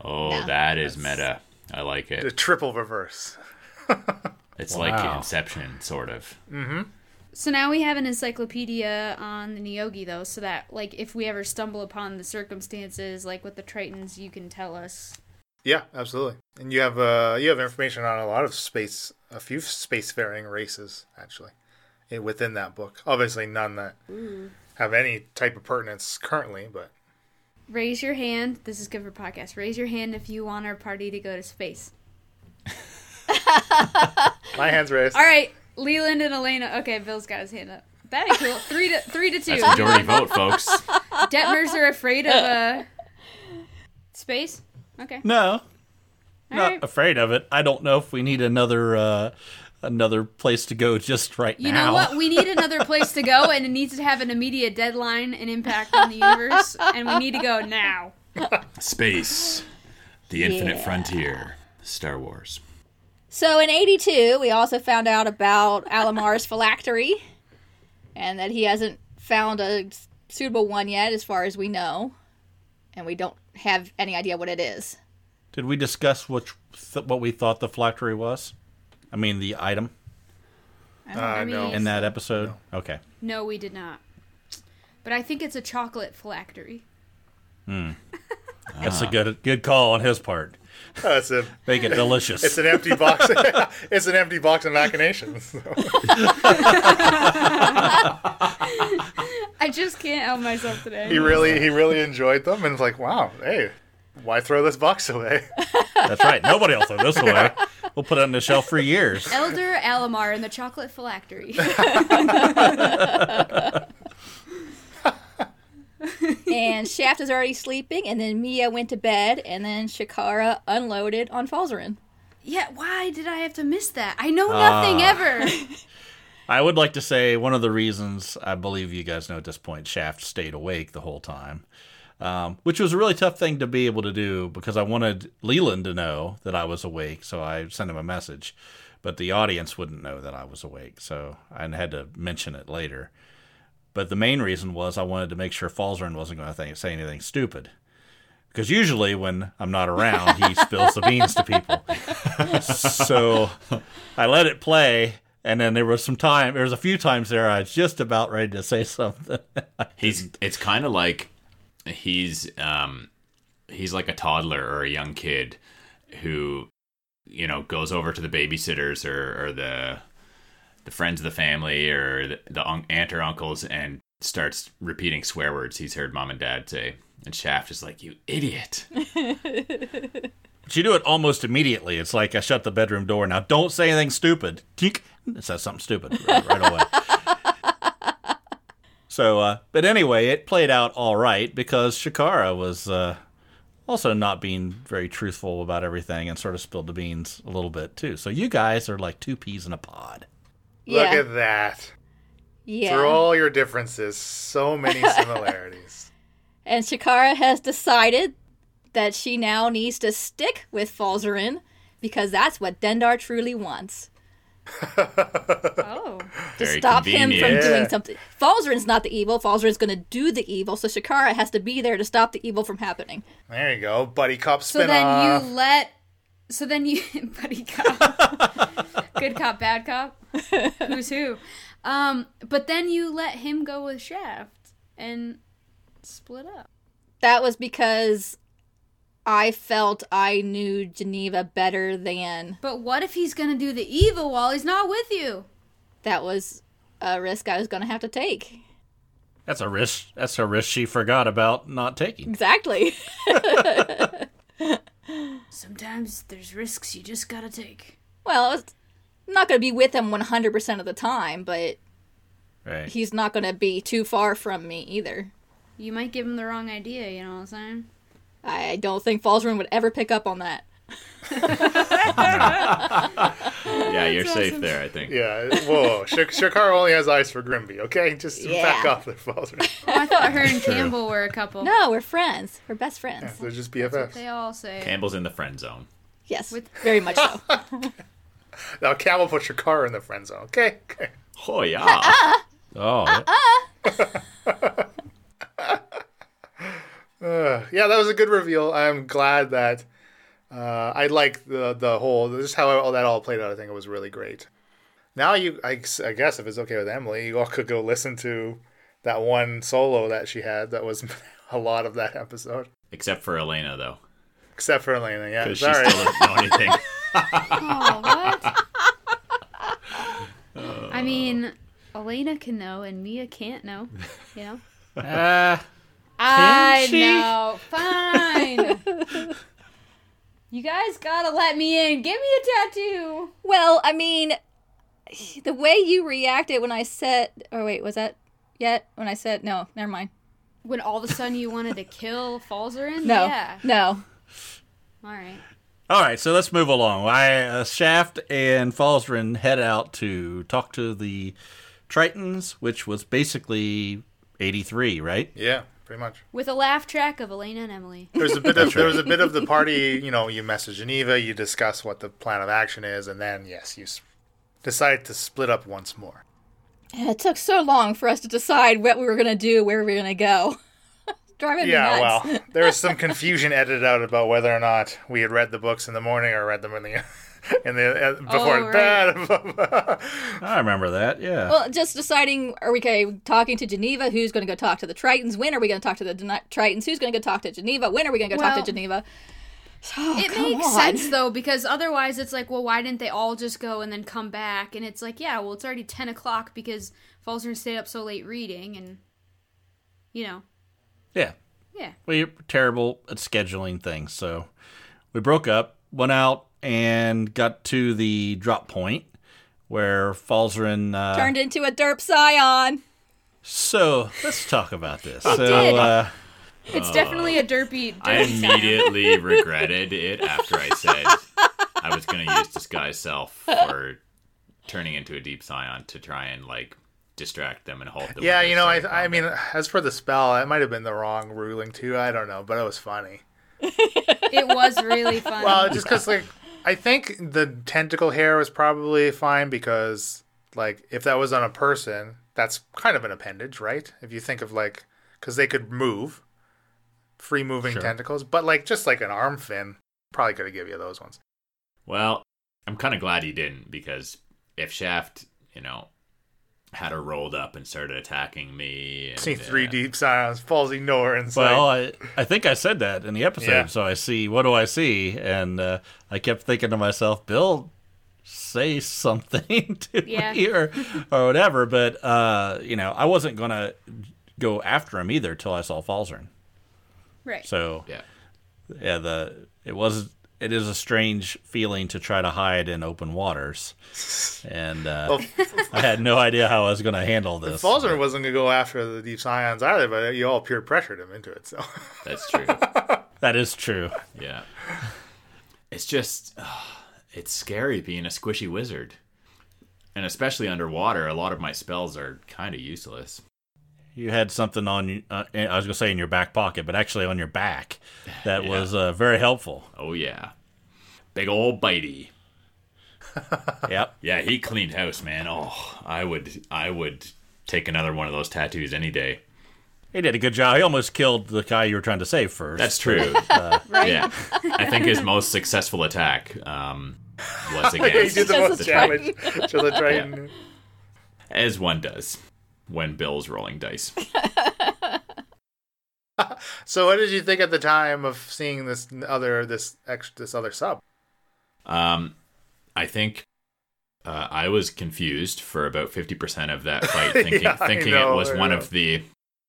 Speaker 4: Oh,
Speaker 5: No.
Speaker 4: that is meta. I like
Speaker 3: The
Speaker 4: it.
Speaker 3: triple reverse.
Speaker 4: It's like
Speaker 1: Wow.
Speaker 4: Inception, sort of.
Speaker 2: So now we have an encyclopedia on the Nyogi, though, so that like if we ever stumble upon the circumstances, like with the Tritons, you can tell us.
Speaker 3: Yeah, absolutely. And you have uh you have information on a lot of space a few spacefaring races actually i- within that book. Obviously none that have any type of pertinence currently, but
Speaker 2: Raise your hand. This is good for podcast. Raise your hand if you want our party to go to space.
Speaker 3: my hands raised.
Speaker 2: All right, Leland and Elena. Okay, Bill's got his hand up. That'd be cool. three to three to two.
Speaker 4: That's majority vote, folks.
Speaker 2: Detmers are afraid of uh, space. Okay.
Speaker 1: No,
Speaker 2: All
Speaker 1: not
Speaker 2: right.
Speaker 1: afraid of it. I don't know if we need another uh, another place to go just right
Speaker 2: You
Speaker 1: now.
Speaker 2: know what? We need another place to go, and it needs to have an immediate deadline and impact on the universe, and we need to go now.
Speaker 4: Space, the infinite frontier, Star Wars.
Speaker 5: So in 82, we also found out about Alamar's phylactery and that he hasn't found a suitable one yet, as far as we know. And we don't have any idea what it is.
Speaker 1: Did we discuss what th- what we thought the phylactery was? I mean, the item
Speaker 3: Uh, no.
Speaker 1: in that episode. Okay.
Speaker 2: No, we did not. But I think it's a chocolate phylactery.
Speaker 1: That's a good good call on his part.
Speaker 3: Uh, it's a
Speaker 1: Make it delicious.
Speaker 3: it's an empty box. it's an empty box of machinations.
Speaker 2: I just can't help myself today.
Speaker 3: he really he really enjoyed them and was like, wow, hey, why throw this box away?
Speaker 1: That's right. Nobody else will this away. We'll put it on the shelf for years.
Speaker 2: Elder Alamar and the chocolate phylactery.
Speaker 5: and Shaft is already sleeping, and then Mia went to bed, and then Shakara unloaded on Falzarin.
Speaker 2: yeah, why did I have to miss that? I know nothing ever.
Speaker 1: I would like to say one of the reasons I believe you guys know at this point Shaft stayed awake the whole time um, which was a really tough thing to be able to do because I wanted Leland to know that I was awake, so I sent him a message, but the audience wouldn't know that I was awake, so I had to mention it later. But the main reason was I wanted to make sure Falzern wasn't going to think, say anything stupid. Because usually when I'm not around, he spills the beans to people. so I let it play, and then there was some time. There was a few times there I was just about ready to say something.
Speaker 4: He's it's kind of like he's um he's like a toddler or a young kid who you know goes over to the babysitters or, or the the friends of the family or the, the un- aunt or uncles and starts repeating swear words he's heard mom and dad say and shaft is like you idiot
Speaker 1: But you do it almost immediately. It's like I shut the bedroom door. Now don't say anything stupid. Tink. It says something stupid right, right away. so, uh, but anyway, it played out all right because Shakara was uh, also not being very truthful about everything and sort of spilled the beans a little bit too. So you guys are like two peas in a pod.
Speaker 3: Look
Speaker 5: yeah.
Speaker 3: at that.
Speaker 5: yeah.
Speaker 3: Through all your differences, so many similarities.
Speaker 5: And Shakara has decided that she now needs to stick with Falzarin because that's what Dendar truly wants.
Speaker 2: Oh.
Speaker 5: To
Speaker 4: Very
Speaker 5: stop him
Speaker 4: convenient.
Speaker 5: from
Speaker 3: Yeah.
Speaker 5: doing something. Falzarin's not the evil. Falzarin's going to do the evil, so Shakara has to be there to stop the evil from happening.
Speaker 3: There you go, buddy cop
Speaker 2: So
Speaker 3: spin
Speaker 2: then
Speaker 3: off.
Speaker 2: you let. So then you, buddy cop, good cop, bad cop, who's who? Um, but then you let him go with Shaft and split up.
Speaker 5: That was because I felt I knew Geneva better than
Speaker 2: But what if he's gonna do the evil while he's not with you?
Speaker 5: that was a risk I was going to have to take.
Speaker 1: That's a risk. That's a risk she forgot about not taking.
Speaker 5: Exactly.
Speaker 2: Sometimes there's risks you just gotta take.
Speaker 5: well, it's- I'm not going to be with him 100% of the time, but
Speaker 1: Right.
Speaker 5: he's not going to be too far from me either.
Speaker 2: You might give him the wrong idea, you know what I'm saying?
Speaker 5: I don't think Falzarin would ever pick up on that.
Speaker 4: yeah you're safe there i think
Speaker 3: Yeah, whoa, whoa. Shak- Shakar only has eyes for Grimby, okay? Just
Speaker 5: Yeah.
Speaker 3: back off there, Falzarin.
Speaker 2: Oh, I thought her and Campbell were a couple.
Speaker 5: No, we're friends. We're best friends.
Speaker 3: They're just BFFs.
Speaker 2: They all say.
Speaker 4: campbell's in the friend zone
Speaker 5: Yes,
Speaker 2: With-
Speaker 5: very much so.
Speaker 3: Now, Camel put Shakar in the friend zone, okay? okay.
Speaker 4: oh yeah
Speaker 1: Oh,
Speaker 3: Yeah, that was a good reveal. I'm glad that uh, I like the the whole just how all that all played out. I think it was really great. Now you, I, s- I guess, if it's okay with Emily, you all could go listen to that one solo that she had. That was a lot of that episode,
Speaker 4: except for elena though
Speaker 3: except for Elena. Yeah,
Speaker 4: because she
Speaker 3: sorry.
Speaker 4: still doesn't know anything
Speaker 2: Oh, what? I mean, Elena can know and Mia can't know. You know?
Speaker 1: Ah,
Speaker 2: I
Speaker 1: she?
Speaker 2: know. Fine. you guys gotta let me in. Give me a tattoo.
Speaker 5: well, I mean, the way you reacted when I said, or wait, was that yet? When I said, no, never mind.
Speaker 2: When all of a sudden you wanted to kill Falzarin?
Speaker 5: No,
Speaker 2: Yeah.
Speaker 5: no.
Speaker 2: All right.
Speaker 1: All right, so let's move along. I, uh, Shaft and Falzrin head out to talk to the Tritons, which was basically 83, right?
Speaker 3: yeah, pretty much.
Speaker 2: With a laugh track of Elena and Emily.
Speaker 5: Oh,
Speaker 3: There was a bit of there was a bit of the party. You know, you message Geneva, you discuss what the plan of action is, and then yes, you s- decide to split up once more.
Speaker 5: And It took so long for us to decide what we were going to do, where we were going to go. Driving
Speaker 3: Yeah,
Speaker 5: me nuts.
Speaker 3: well, there was some confusion edited out about whether or not we had read the books in the morning or read them in the in the uh, before
Speaker 2: Oh,
Speaker 3: bed.
Speaker 1: I remember that, yeah.
Speaker 5: Well, just deciding are we okay, talking to Geneva? Who's going to go talk to the Tritons? When are we going to talk to the Den- Tritons? Who's going to go talk to Geneva? When are we going to go
Speaker 2: Well,
Speaker 5: talk to Geneva? Oh,
Speaker 2: It
Speaker 5: come
Speaker 2: makes
Speaker 5: on.
Speaker 2: sense though, because otherwise it's like, well, why didn't they all just go and then come back? And it's like, yeah, well, it's already ten o'clock because Falzern stayed up so late reading, and you know,
Speaker 1: yeah.
Speaker 2: yeah,
Speaker 1: We're terrible at scheduling things, so we broke up, went out, and got to the drop point where Falzrin. Uh,
Speaker 5: Turned into a derp scion.
Speaker 1: so let's talk about this. so,
Speaker 2: did.
Speaker 1: Uh,
Speaker 2: it's definitely a derpy.
Speaker 4: I immediately regretted it after I said I was going to use disguise self for turning into a deep scion to try and like distract them and halt them.
Speaker 3: yeah,
Speaker 4: with
Speaker 3: you
Speaker 4: their
Speaker 3: know,
Speaker 4: sonic
Speaker 3: I, I
Speaker 4: bomb.
Speaker 3: mean, as for the spell, that might have been the wrong ruling too. I don't know, but it was funny.
Speaker 2: It was really fun.
Speaker 3: Well, just because like I think the tentacle hair was probably fine because like if that was on a person, that's kind of an appendage, right? If you think of like because they could move, free moving tentacles, but like just like an arm fin, probably could have give you those ones.
Speaker 4: Well, I'm kind of glad he didn't because if Shaft, you know, had her rolled up and started attacking me, and,
Speaker 3: See
Speaker 4: uh,
Speaker 3: three deep silence, falls nowhere inside.
Speaker 1: Well, I, I think I said that in the episode.
Speaker 3: Yeah.
Speaker 1: So I see, what do I see? And uh, I kept thinking to myself, Bill, say something to
Speaker 2: Yeah.
Speaker 1: me or, or whatever. But, uh, you know, I wasn't going to go after him either till I saw Falzern.
Speaker 2: right.
Speaker 1: So,
Speaker 4: yeah,
Speaker 1: yeah, the it was it is a strange feeling to try to hide in open waters. And uh, I had no idea how I was going to handle this.
Speaker 3: Falzner wasn't gonna go after the deep scions either, but you all peer pressured him into it. So
Speaker 4: that's true.
Speaker 1: That is true.
Speaker 4: yeah, it's just ugh, it's scary being a squishy wizard, and especially underwater. A lot of my spells are kind of useless.
Speaker 1: You had something on you- uh, I was going to say in your back pocket, but actually on your back that was uh, very helpful.
Speaker 4: Oh yeah, big old bitey.
Speaker 1: Yep.
Speaker 4: Yeah, he cleaned house, man. Oh, I would, I would take another one of those tattoos any day.
Speaker 1: He did a good job. He almost killed the guy you were trying to save first. uh,
Speaker 4: That's true. Yeah, I think his most successful attack um, was
Speaker 3: he
Speaker 4: against
Speaker 3: did the
Speaker 5: Because
Speaker 3: most
Speaker 5: it's
Speaker 3: damage to the Triton.
Speaker 4: as one does when Bill's rolling dice.
Speaker 3: So, what did you think at the time of seeing this other this ex, this other sub?
Speaker 4: Um, I think uh, I was confused for about fifty percent of that fight, thinking
Speaker 3: Yeah, I
Speaker 4: thinking
Speaker 3: know,
Speaker 4: it was
Speaker 3: I
Speaker 4: one
Speaker 3: know.
Speaker 4: of the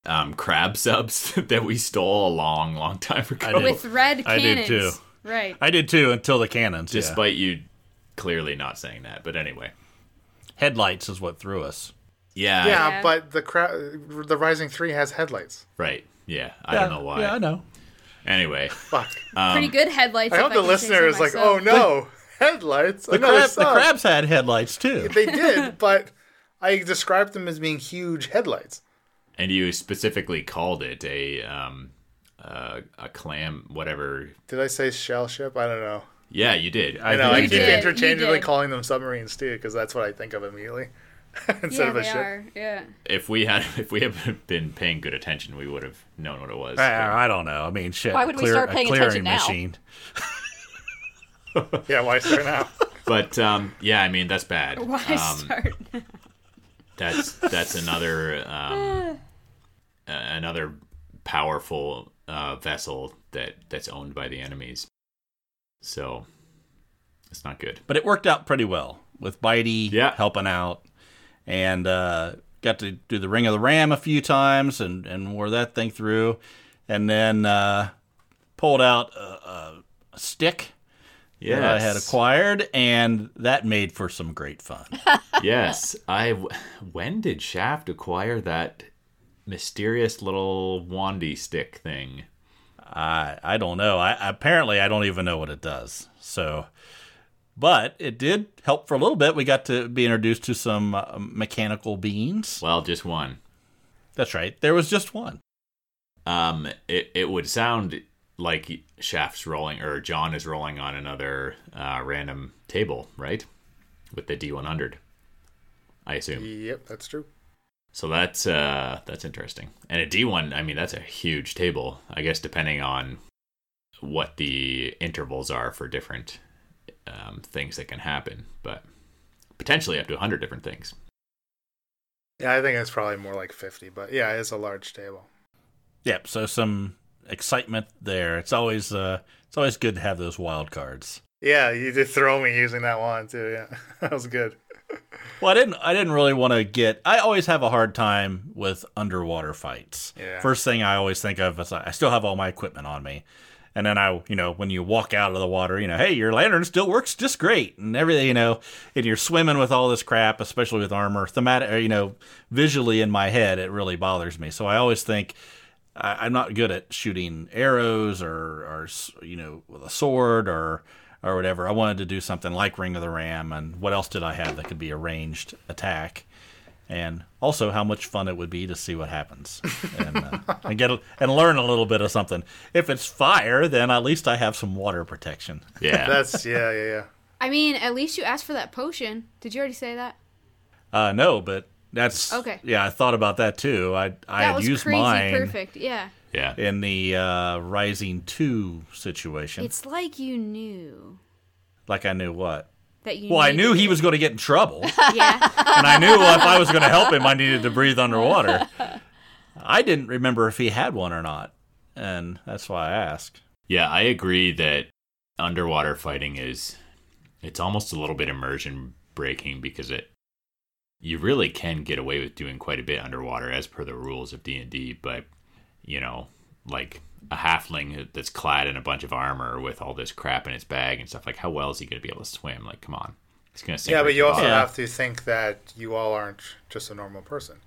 Speaker 4: um, crab subs that we stole a long, long time ago.
Speaker 1: did.
Speaker 2: With red
Speaker 1: I did
Speaker 2: cannons.
Speaker 1: too.
Speaker 2: Right.
Speaker 1: I did too until the cannons. yeah.
Speaker 4: Despite you clearly not saying that, but anyway,
Speaker 1: Headlights is what threw us.
Speaker 4: yeah,
Speaker 3: yeah,
Speaker 2: Yeah.
Speaker 3: but the cra- the Rising Three has headlights.
Speaker 4: right, yeah. I don't know why.
Speaker 1: Yeah, I know.
Speaker 4: Anyway,
Speaker 3: Fuck!
Speaker 1: Um,
Speaker 2: Pretty good headlights.
Speaker 3: I
Speaker 2: if
Speaker 3: hope the
Speaker 2: can say so
Speaker 3: listener is like,
Speaker 2: myself.
Speaker 3: "Oh no, headlights!" Oh,
Speaker 1: The,
Speaker 3: another
Speaker 1: crab, the
Speaker 3: sub."
Speaker 1: crabs had headlights too.
Speaker 3: They did, but I described them as being huge headlights.
Speaker 4: and you specifically called it a um, uh, a clam, whatever.
Speaker 3: Did I say shell ship? I don't know.
Speaker 4: Yeah, you did.
Speaker 3: I know I
Speaker 2: You
Speaker 3: keep
Speaker 2: did, you
Speaker 3: interchangeably
Speaker 2: did.
Speaker 3: calling them submarines too, because that's what I think of immediately instead
Speaker 2: yeah,
Speaker 3: of a
Speaker 2: they
Speaker 3: ship.
Speaker 2: are. Yeah.
Speaker 4: if we had if we had been paying good attention, we would have known what it was.
Speaker 1: Ah, I don't know. I mean, shit.
Speaker 5: Why would we
Speaker 1: clear,
Speaker 5: start
Speaker 1: a
Speaker 5: paying
Speaker 1: clearing
Speaker 5: attention now?
Speaker 1: machine.
Speaker 3: Yeah, why start now?
Speaker 4: But um, yeah, I mean that's bad.
Speaker 2: Why
Speaker 4: Um,
Speaker 2: start?
Speaker 4: that's that's another um, a- another powerful uh, vessel that that's owned by the enemies. So it's not good.
Speaker 1: But it worked out pretty well with Bitey
Speaker 4: Yeah.
Speaker 1: helping out, and uh, got to do the Ring of the Ram a few times, and and wore that thing through, and then uh, pulled out a, a stick
Speaker 4: Yes.
Speaker 1: that I had acquired, and that made for some great fun.
Speaker 4: yes, I. w- When did Shaft acquire that mysterious little wandy stick thing?
Speaker 1: I I don't know. I apparently I don't even know what it does. So, but it did help for a little bit. We got to be introduced to some uh, mechanical beans.
Speaker 4: Well, just one.
Speaker 1: That's right. There was just one.
Speaker 4: um it, it would sound like shaft's rolling or john is rolling on another uh, random table right with the d100 i assume
Speaker 3: yep, that's true.
Speaker 4: so that's uh that's interesting and a d1 i mean that's a huge table i guess depending on what the intervals are for different um, things that can happen but potentially up to 100 different things
Speaker 3: Yeah, I think it's probably more like fifty, but yeah, it's a large table.
Speaker 1: Yep. So some excitement there. It's always uh it's always good to have those wild cards.
Speaker 3: Yeah, you did throw me using that one too. Yeah, that was good.
Speaker 1: Well, I didn't I didn't really want to get I always have a hard time with underwater fights.
Speaker 3: Yeah.
Speaker 1: First thing I always think of is I still have all my equipment on me. And then I, you know, when you walk out of the water, you know, hey, your lantern still works just great and everything, you know, and you're swimming with all this crap, especially with armor. Thematic, or, you know, visually in my head, it really bothers me. So I always think I, I'm not good at shooting arrows or, or, s- you know, with a sword or, or whatever. I wanted to do something like Ring of the Ram and what else did I have that could be a ranged attack? and also how much fun it would be to see what happens and, uh, and get a, and learn a little bit of something. If it's fire, then at least I have some water protection.
Speaker 4: Yeah.
Speaker 3: That's yeah, yeah, yeah.
Speaker 2: I mean, at least you asked for that potion. Did you already say that?
Speaker 1: Uh, no, but that's
Speaker 2: Okay.
Speaker 1: Yeah, I thought about that too. I I
Speaker 2: that
Speaker 1: had
Speaker 2: was
Speaker 1: used
Speaker 2: crazy
Speaker 1: mine
Speaker 2: perfect. Yeah.
Speaker 4: yeah.
Speaker 1: in the uh, Rising Two situation.
Speaker 2: It's like you knew
Speaker 1: like I knew what.
Speaker 2: that you
Speaker 1: Well, I
Speaker 2: needed
Speaker 1: knew he
Speaker 2: it.
Speaker 1: was going to get in trouble, and
Speaker 2: Yeah.
Speaker 1: I knew if I was going to help him, I needed to breathe underwater. I didn't remember if he had one or not, and that's why I asked.
Speaker 4: Yeah, I agree that underwater fighting is it's almost a little bit immersion breaking because it you really can get away with doing quite a bit underwater as per the rules of D&D, but you know, like a halfling that's clad in a bunch of armor with all this crap in his bag and stuff like how well is he going to be able to swim? Like come on. He's going to sink.
Speaker 3: Yeah,
Speaker 4: right
Speaker 3: but you
Speaker 4: to
Speaker 3: also
Speaker 4: bottom.
Speaker 1: Yeah.
Speaker 3: have to think that you all aren't just a normal person.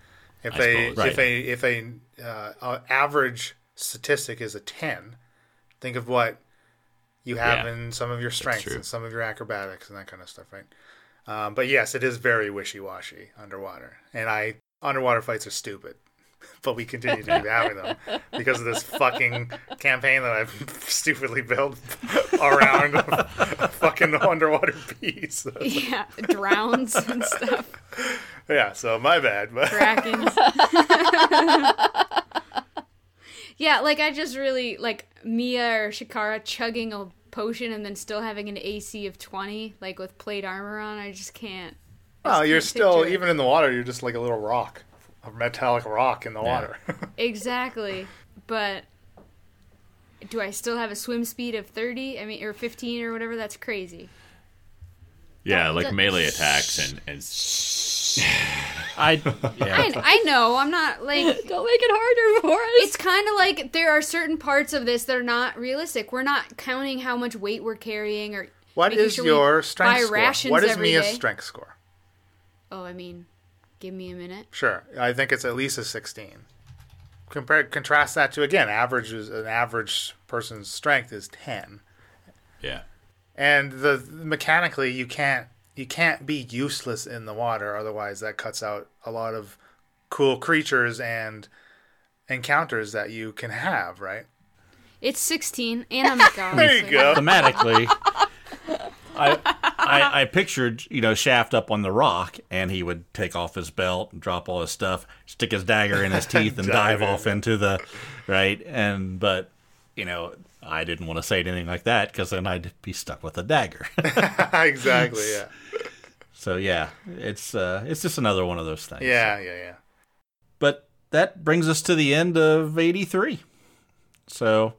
Speaker 3: If
Speaker 4: I
Speaker 3: they,
Speaker 4: suppose, right.
Speaker 3: if a, if a, uh, a average statistic is a ten, think of what you have
Speaker 4: Yeah.
Speaker 3: in some of your strengths
Speaker 4: true.
Speaker 3: and some of your acrobatics and that kind of stuff, right? Um, but yes, it is very wishy-washy underwater, and I underwater fights are stupid, but we continue to be having them because of this fucking campaign that I've stupidly built around a fucking underwater piece.
Speaker 2: yeah. Drowns and stuff.
Speaker 3: Yeah, so my bad, but
Speaker 2: Krakens. yeah, like I just really like Mia or Shikara chugging a potion and then still having an AC of 20, like with plate armor on. I just can't.
Speaker 3: well, you're
Speaker 2: can't
Speaker 3: still
Speaker 2: picture it.
Speaker 3: even in the water. You're just like a little rock, a metallic rock in the water.
Speaker 2: Exactly. But do I still have a swim speed of 30? I mean, or 15 or whatever? That's crazy.
Speaker 4: Yeah, like melee attacks and and
Speaker 1: I yeah.
Speaker 2: I, I know. I'm not like.
Speaker 5: Don't make it harder for us.
Speaker 2: It's kind of like there are certain parts of this that are not realistic. We're not counting how much weight we're carrying or.
Speaker 3: What
Speaker 2: making
Speaker 3: is
Speaker 2: sure we
Speaker 3: your
Speaker 2: buy
Speaker 3: strength score?
Speaker 2: rations
Speaker 3: What is
Speaker 2: every
Speaker 3: Mia's
Speaker 2: day.
Speaker 3: strength score?
Speaker 2: Oh, I mean, give me a minute.
Speaker 3: Sure, I think it's at least a 16. Compare contrast that to again, average is an average person's strength is 10,
Speaker 4: yeah.
Speaker 3: and the mechanically you can't you can't be useless in the water. Otherwise, that cuts out a lot of cool creatures and encounters that you can have. Right.
Speaker 2: It's 16, and I'm a god.
Speaker 3: There you
Speaker 2: so-
Speaker 3: go.
Speaker 1: thematically, I, I I pictured you know Shaft up on the rock, and he would take off his belt and drop all his stuff, stick his dagger in his teeth, and dive
Speaker 3: in.
Speaker 1: off into the right. And but you know I didn't want to say anything like that because then I'd be stuck with a dagger.
Speaker 3: exactly. Yeah.
Speaker 1: so yeah, it's uh it's just another one of those things.
Speaker 3: Yeah. Yeah. Yeah.
Speaker 1: But that brings us to the end of 83. So,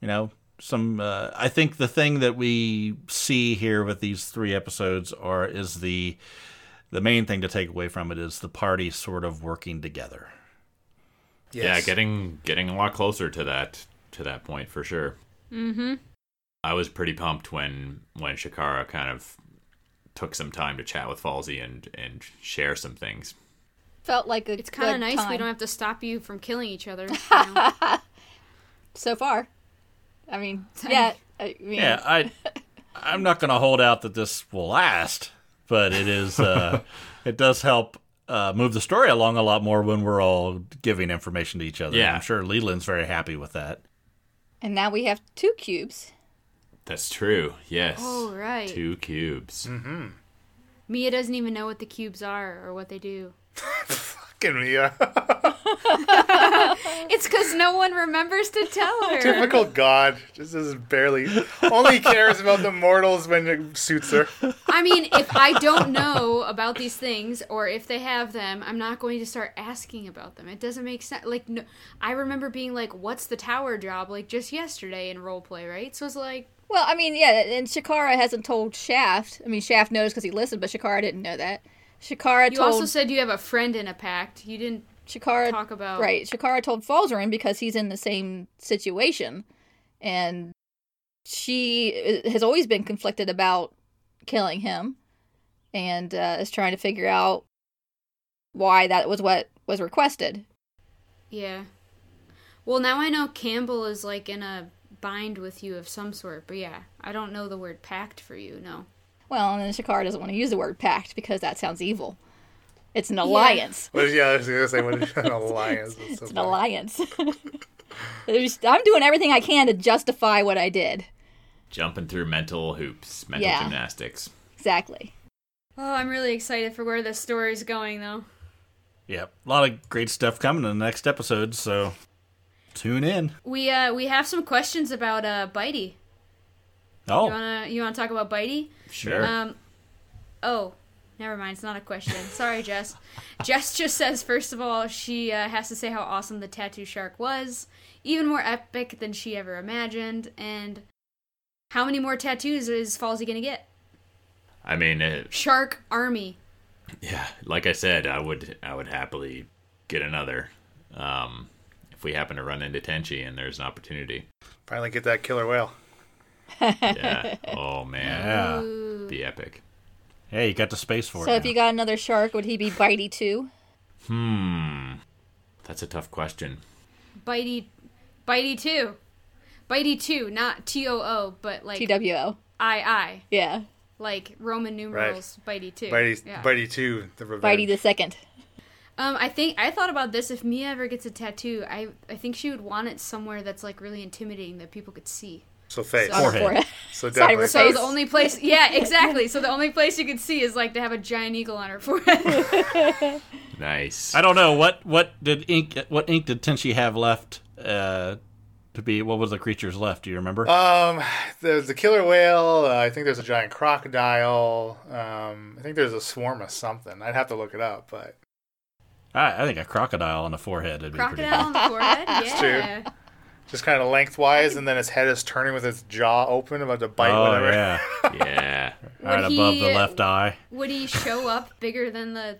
Speaker 1: you know, some uh, I think the thing that we see here with these three episodes are is the the main thing to take away from it is the party sort of working together.
Speaker 4: Yeah,
Speaker 3: Yes.
Speaker 4: getting getting a lot closer to that to that point for sure. Mm-hmm. I was pretty pumped when when Shakara kind of took some time to chat with Falsey and and share some things.
Speaker 5: Felt like a
Speaker 2: It's kind of
Speaker 5: good
Speaker 2: nice we
Speaker 5: time
Speaker 2: don't have to stop you from killing each other. you know?
Speaker 5: so far. I mean, yeah, I mean,
Speaker 1: Yeah, I I'm not going to hold out that this will last, but it is uh it does help uh, move the story along a lot more when we're all giving information to each other.
Speaker 4: Yeah.
Speaker 1: I'm sure Leland's very happy with that.
Speaker 5: And now we have two cubes.
Speaker 4: That's true. Yes.
Speaker 2: Oh, right.
Speaker 4: Two cubes.
Speaker 2: Mia doesn't even know what the cubes are or what they do.
Speaker 3: Fucking Mia.
Speaker 2: It's because no one remembers to tell her.
Speaker 3: Typical God. Just is barely. Only cares about the mortals when it suits her.
Speaker 2: I mean, if I don't know about these things or if they have them, I'm not going to start asking about them. It doesn't make sense. Like, no, I remember being like, "What's the tower job?" Like just yesterday in roleplay, right? So it's like,
Speaker 5: Well, I mean, yeah, and Shakara hasn't told Shaft. I mean, Shaft knows because he listened, but Shakara didn't know that. Shakara
Speaker 2: you
Speaker 5: told
Speaker 2: also said you have a friend in a pact. You didn't
Speaker 5: Shakara
Speaker 2: talk about-
Speaker 5: right. Shakara told Falzarin because he's in the same situation, and she i- has always been conflicted about killing him, and uh, is trying to figure out why that was what was requested.
Speaker 2: Yeah. Well, now I know Campbell is like in a bind with you of some sort, but yeah, I don't know the word pact for you, no.
Speaker 5: Well, and then Shakara doesn't want to use the word pact because that sounds evil, It's an alliance.
Speaker 3: What is, yeah, I was gonna say what is an alliance. It's, so
Speaker 5: It's an
Speaker 3: funny.
Speaker 5: alliance. There's- I'm doing everything I can to justify what I did.
Speaker 4: Jumping through mental hoops, mental
Speaker 5: Yeah.
Speaker 4: gymnastics.
Speaker 5: Exactly.
Speaker 2: Oh, I'm really excited for where this story's going, though.
Speaker 1: Yep. A lot of great stuff coming in the next episode, so tune in.
Speaker 2: We uh we have some questions about uh Bitey. You
Speaker 1: Oh,
Speaker 2: wanna you wanna talk about Bitey?
Speaker 4: Sure.
Speaker 2: Um, oh, never mind. It's not a question. Sorry, Jess. Jess just says first of all she uh, has to say how awesome the tattoo shark was, even more epic than she ever imagined, and how many more tattoos is Falsey gonna get?
Speaker 4: I mean, it,
Speaker 2: Shark army.
Speaker 4: yeah, like I said, I would I would happily get another um, if we happen to run into Tenchi and there's an opportunity.
Speaker 3: Finally get that killer whale.
Speaker 4: Yeah. oh man,
Speaker 1: yeah.
Speaker 4: be epic.
Speaker 1: Hey, you got the space for
Speaker 5: So
Speaker 1: it.
Speaker 5: if you got another shark, would he be bitey too?
Speaker 4: Hmm. That's a tough question.
Speaker 2: Bitey, Bitey two, Bitey two, not T O O, but like I
Speaker 5: TWO.
Speaker 2: I,
Speaker 5: Yeah.
Speaker 2: like Roman numerals. Bitey two.
Speaker 3: Bitey,
Speaker 2: Yeah.
Speaker 3: Bitey two, the revenge.
Speaker 5: Bitey the second.
Speaker 2: Um, I think I thought about this. If Mia ever gets a tattoo, I I think she would want it somewhere that's like really intimidating that people could see.
Speaker 3: so face.
Speaker 2: So-
Speaker 1: Forehead.
Speaker 3: So
Speaker 5: Side of
Speaker 3: definitely
Speaker 5: her
Speaker 2: So
Speaker 5: Face.
Speaker 2: the only place, yeah, exactly. So the only place you could see is like to have a giant eagle on her forehead.
Speaker 4: Nice.
Speaker 1: I don't know what what did ink what ink did Tenshi have left uh, to be what was the creatures left? Do you remember?
Speaker 3: Um, there's the killer whale. Uh, I think there's a giant crocodile. Um, I think there's a swarm of something. I'd have to look it up, but
Speaker 1: I, I think a crocodile on the forehead would be pretty.
Speaker 2: Crocodile
Speaker 1: Cool.
Speaker 2: on the forehead.
Speaker 3: true.
Speaker 2: Yeah.
Speaker 3: just kind of lengthwise, and then its head is turning with its jaw open, about to bite
Speaker 1: Oh
Speaker 3: whatever.
Speaker 1: yeah,
Speaker 4: yeah.
Speaker 1: right
Speaker 2: Would
Speaker 1: above
Speaker 2: he-
Speaker 1: the left eye.
Speaker 2: Would he show up bigger than the,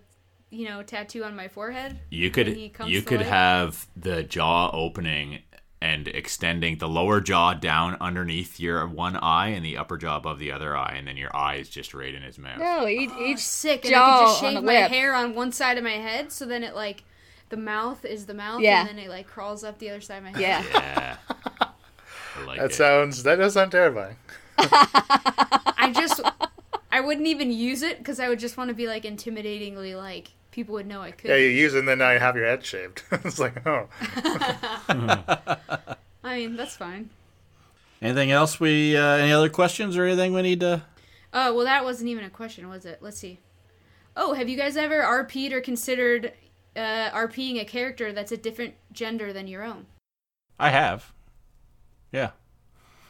Speaker 2: you know, tattoo on my forehead?
Speaker 4: You
Speaker 2: When he
Speaker 4: could
Speaker 2: comes
Speaker 4: you
Speaker 2: to
Speaker 4: could
Speaker 2: life?
Speaker 4: have the jaw opening and extending the lower jaw down underneath your one eye and the upper jaw above the other eye, and then your eye is just right in his mouth.
Speaker 5: No, each, each
Speaker 2: sick and I
Speaker 5: jaw
Speaker 2: could just
Speaker 5: on
Speaker 2: shave
Speaker 5: the
Speaker 2: my
Speaker 5: lip.
Speaker 2: hair on one side of my head so then it like the mouth is the mouth
Speaker 5: Yeah.
Speaker 2: and then it like crawls up the other side of my head.
Speaker 5: Yeah.
Speaker 4: Yeah. I like
Speaker 3: That
Speaker 4: it.
Speaker 3: sounds. That does sound terrifying.
Speaker 2: I just I wouldn't even use it cuz I would just want to be like intimidatingly like people would know I could.
Speaker 3: Yeah, you use it, and then now you have your head shaved. it's like, oh,
Speaker 2: I mean, that's fine.
Speaker 1: Anything else? We uh, any other questions or anything we need to?
Speaker 2: Oh, well that wasn't even a question, was it? Let's see. Oh, have you guys ever RP'd or considered uh, RPing a character that's a different gender than your own?
Speaker 1: I have. Yeah.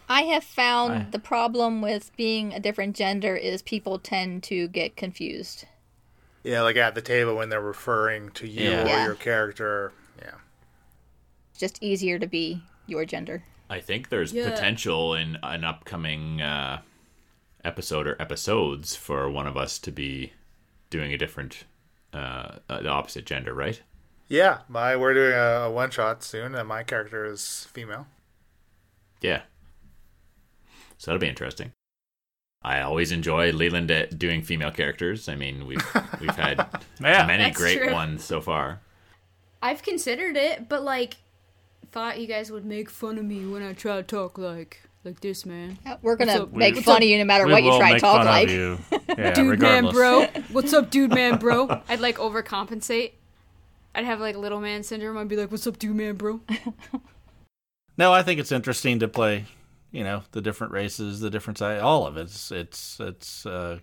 Speaker 5: I have found
Speaker 1: I-
Speaker 5: the problem with being a different gender is people tend to get confused.
Speaker 3: yeah, like at the table when they're referring to you
Speaker 1: Yeah.
Speaker 3: or
Speaker 5: Yeah.
Speaker 3: your character. Yeah,
Speaker 5: It's just easier to be your gender.
Speaker 4: I think there's
Speaker 2: Yeah.
Speaker 4: potential in an upcoming uh, episode or episodes for one of us to be doing a different, uh, uh, the opposite gender, right?
Speaker 3: yeah. My, we're doing a, a one shot soon, and my character is female.
Speaker 4: Yeah. So that'll be interesting. I always enjoy Leland at doing female characters. I mean, we've we've had
Speaker 1: Yeah.
Speaker 4: many
Speaker 2: That's
Speaker 4: great
Speaker 2: true.
Speaker 4: ones so far.
Speaker 2: I've considered it, but like thought you guys would make fun of me when I try to talk like like this, man.
Speaker 5: Yeah, We're gonna
Speaker 2: up?
Speaker 5: make
Speaker 1: What's
Speaker 5: fun of you no matter what you try to talk like.
Speaker 1: you. Yeah,
Speaker 2: dude
Speaker 1: regardless.
Speaker 2: man bro. What's up, dude man bro? I'd like overcompensate. I'd have like little man syndrome. I'd be like, "What's up, dude man bro?"
Speaker 1: No, I think it's interesting to play. You know, the different races, the different side, all of it. It's it's it's uh,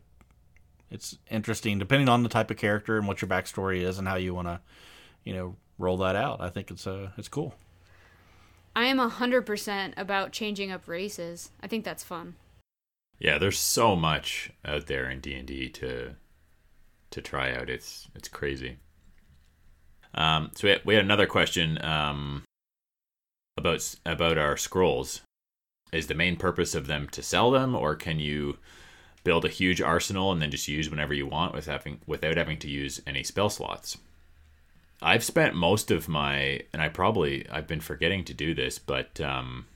Speaker 1: it's interesting depending on the type of character and what your backstory is and how you want to, you know, roll that out. I think it's uh, it's cool.
Speaker 2: I am hundred percent about changing up races. I think that's fun.
Speaker 4: Yeah, there's so much out there in D and D to to try out. It's it's crazy. Um, so we had, we had another question um, about s- about our scrolls. Is the main purpose of them to sell them, or can you build a huge arsenal and then just use whenever you want with having without having to use any spell slots? I've spent most of my, and I probably I've been forgetting to do this, but um,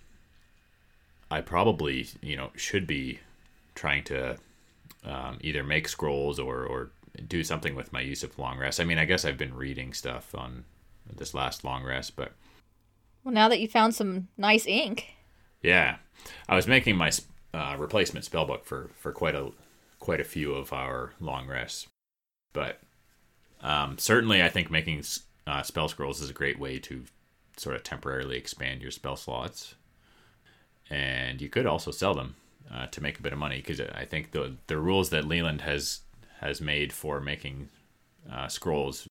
Speaker 4: I probably you know should be trying to um, either make scrolls or or do something with my use of long rest. I mean, I guess I've been reading stuff on this last long rest, but
Speaker 5: Well, now that you found some nice ink,
Speaker 4: yeah, I was making my uh, replacement spellbook for for quite a quite a few of our long rests, but Um, certainly, I think making s- uh, spell scrolls is a great way to sort of temporarily expand your spell slots, and you could also sell them uh, to make a bit of money because I think the the rules that Leland has has made for making uh, scrolls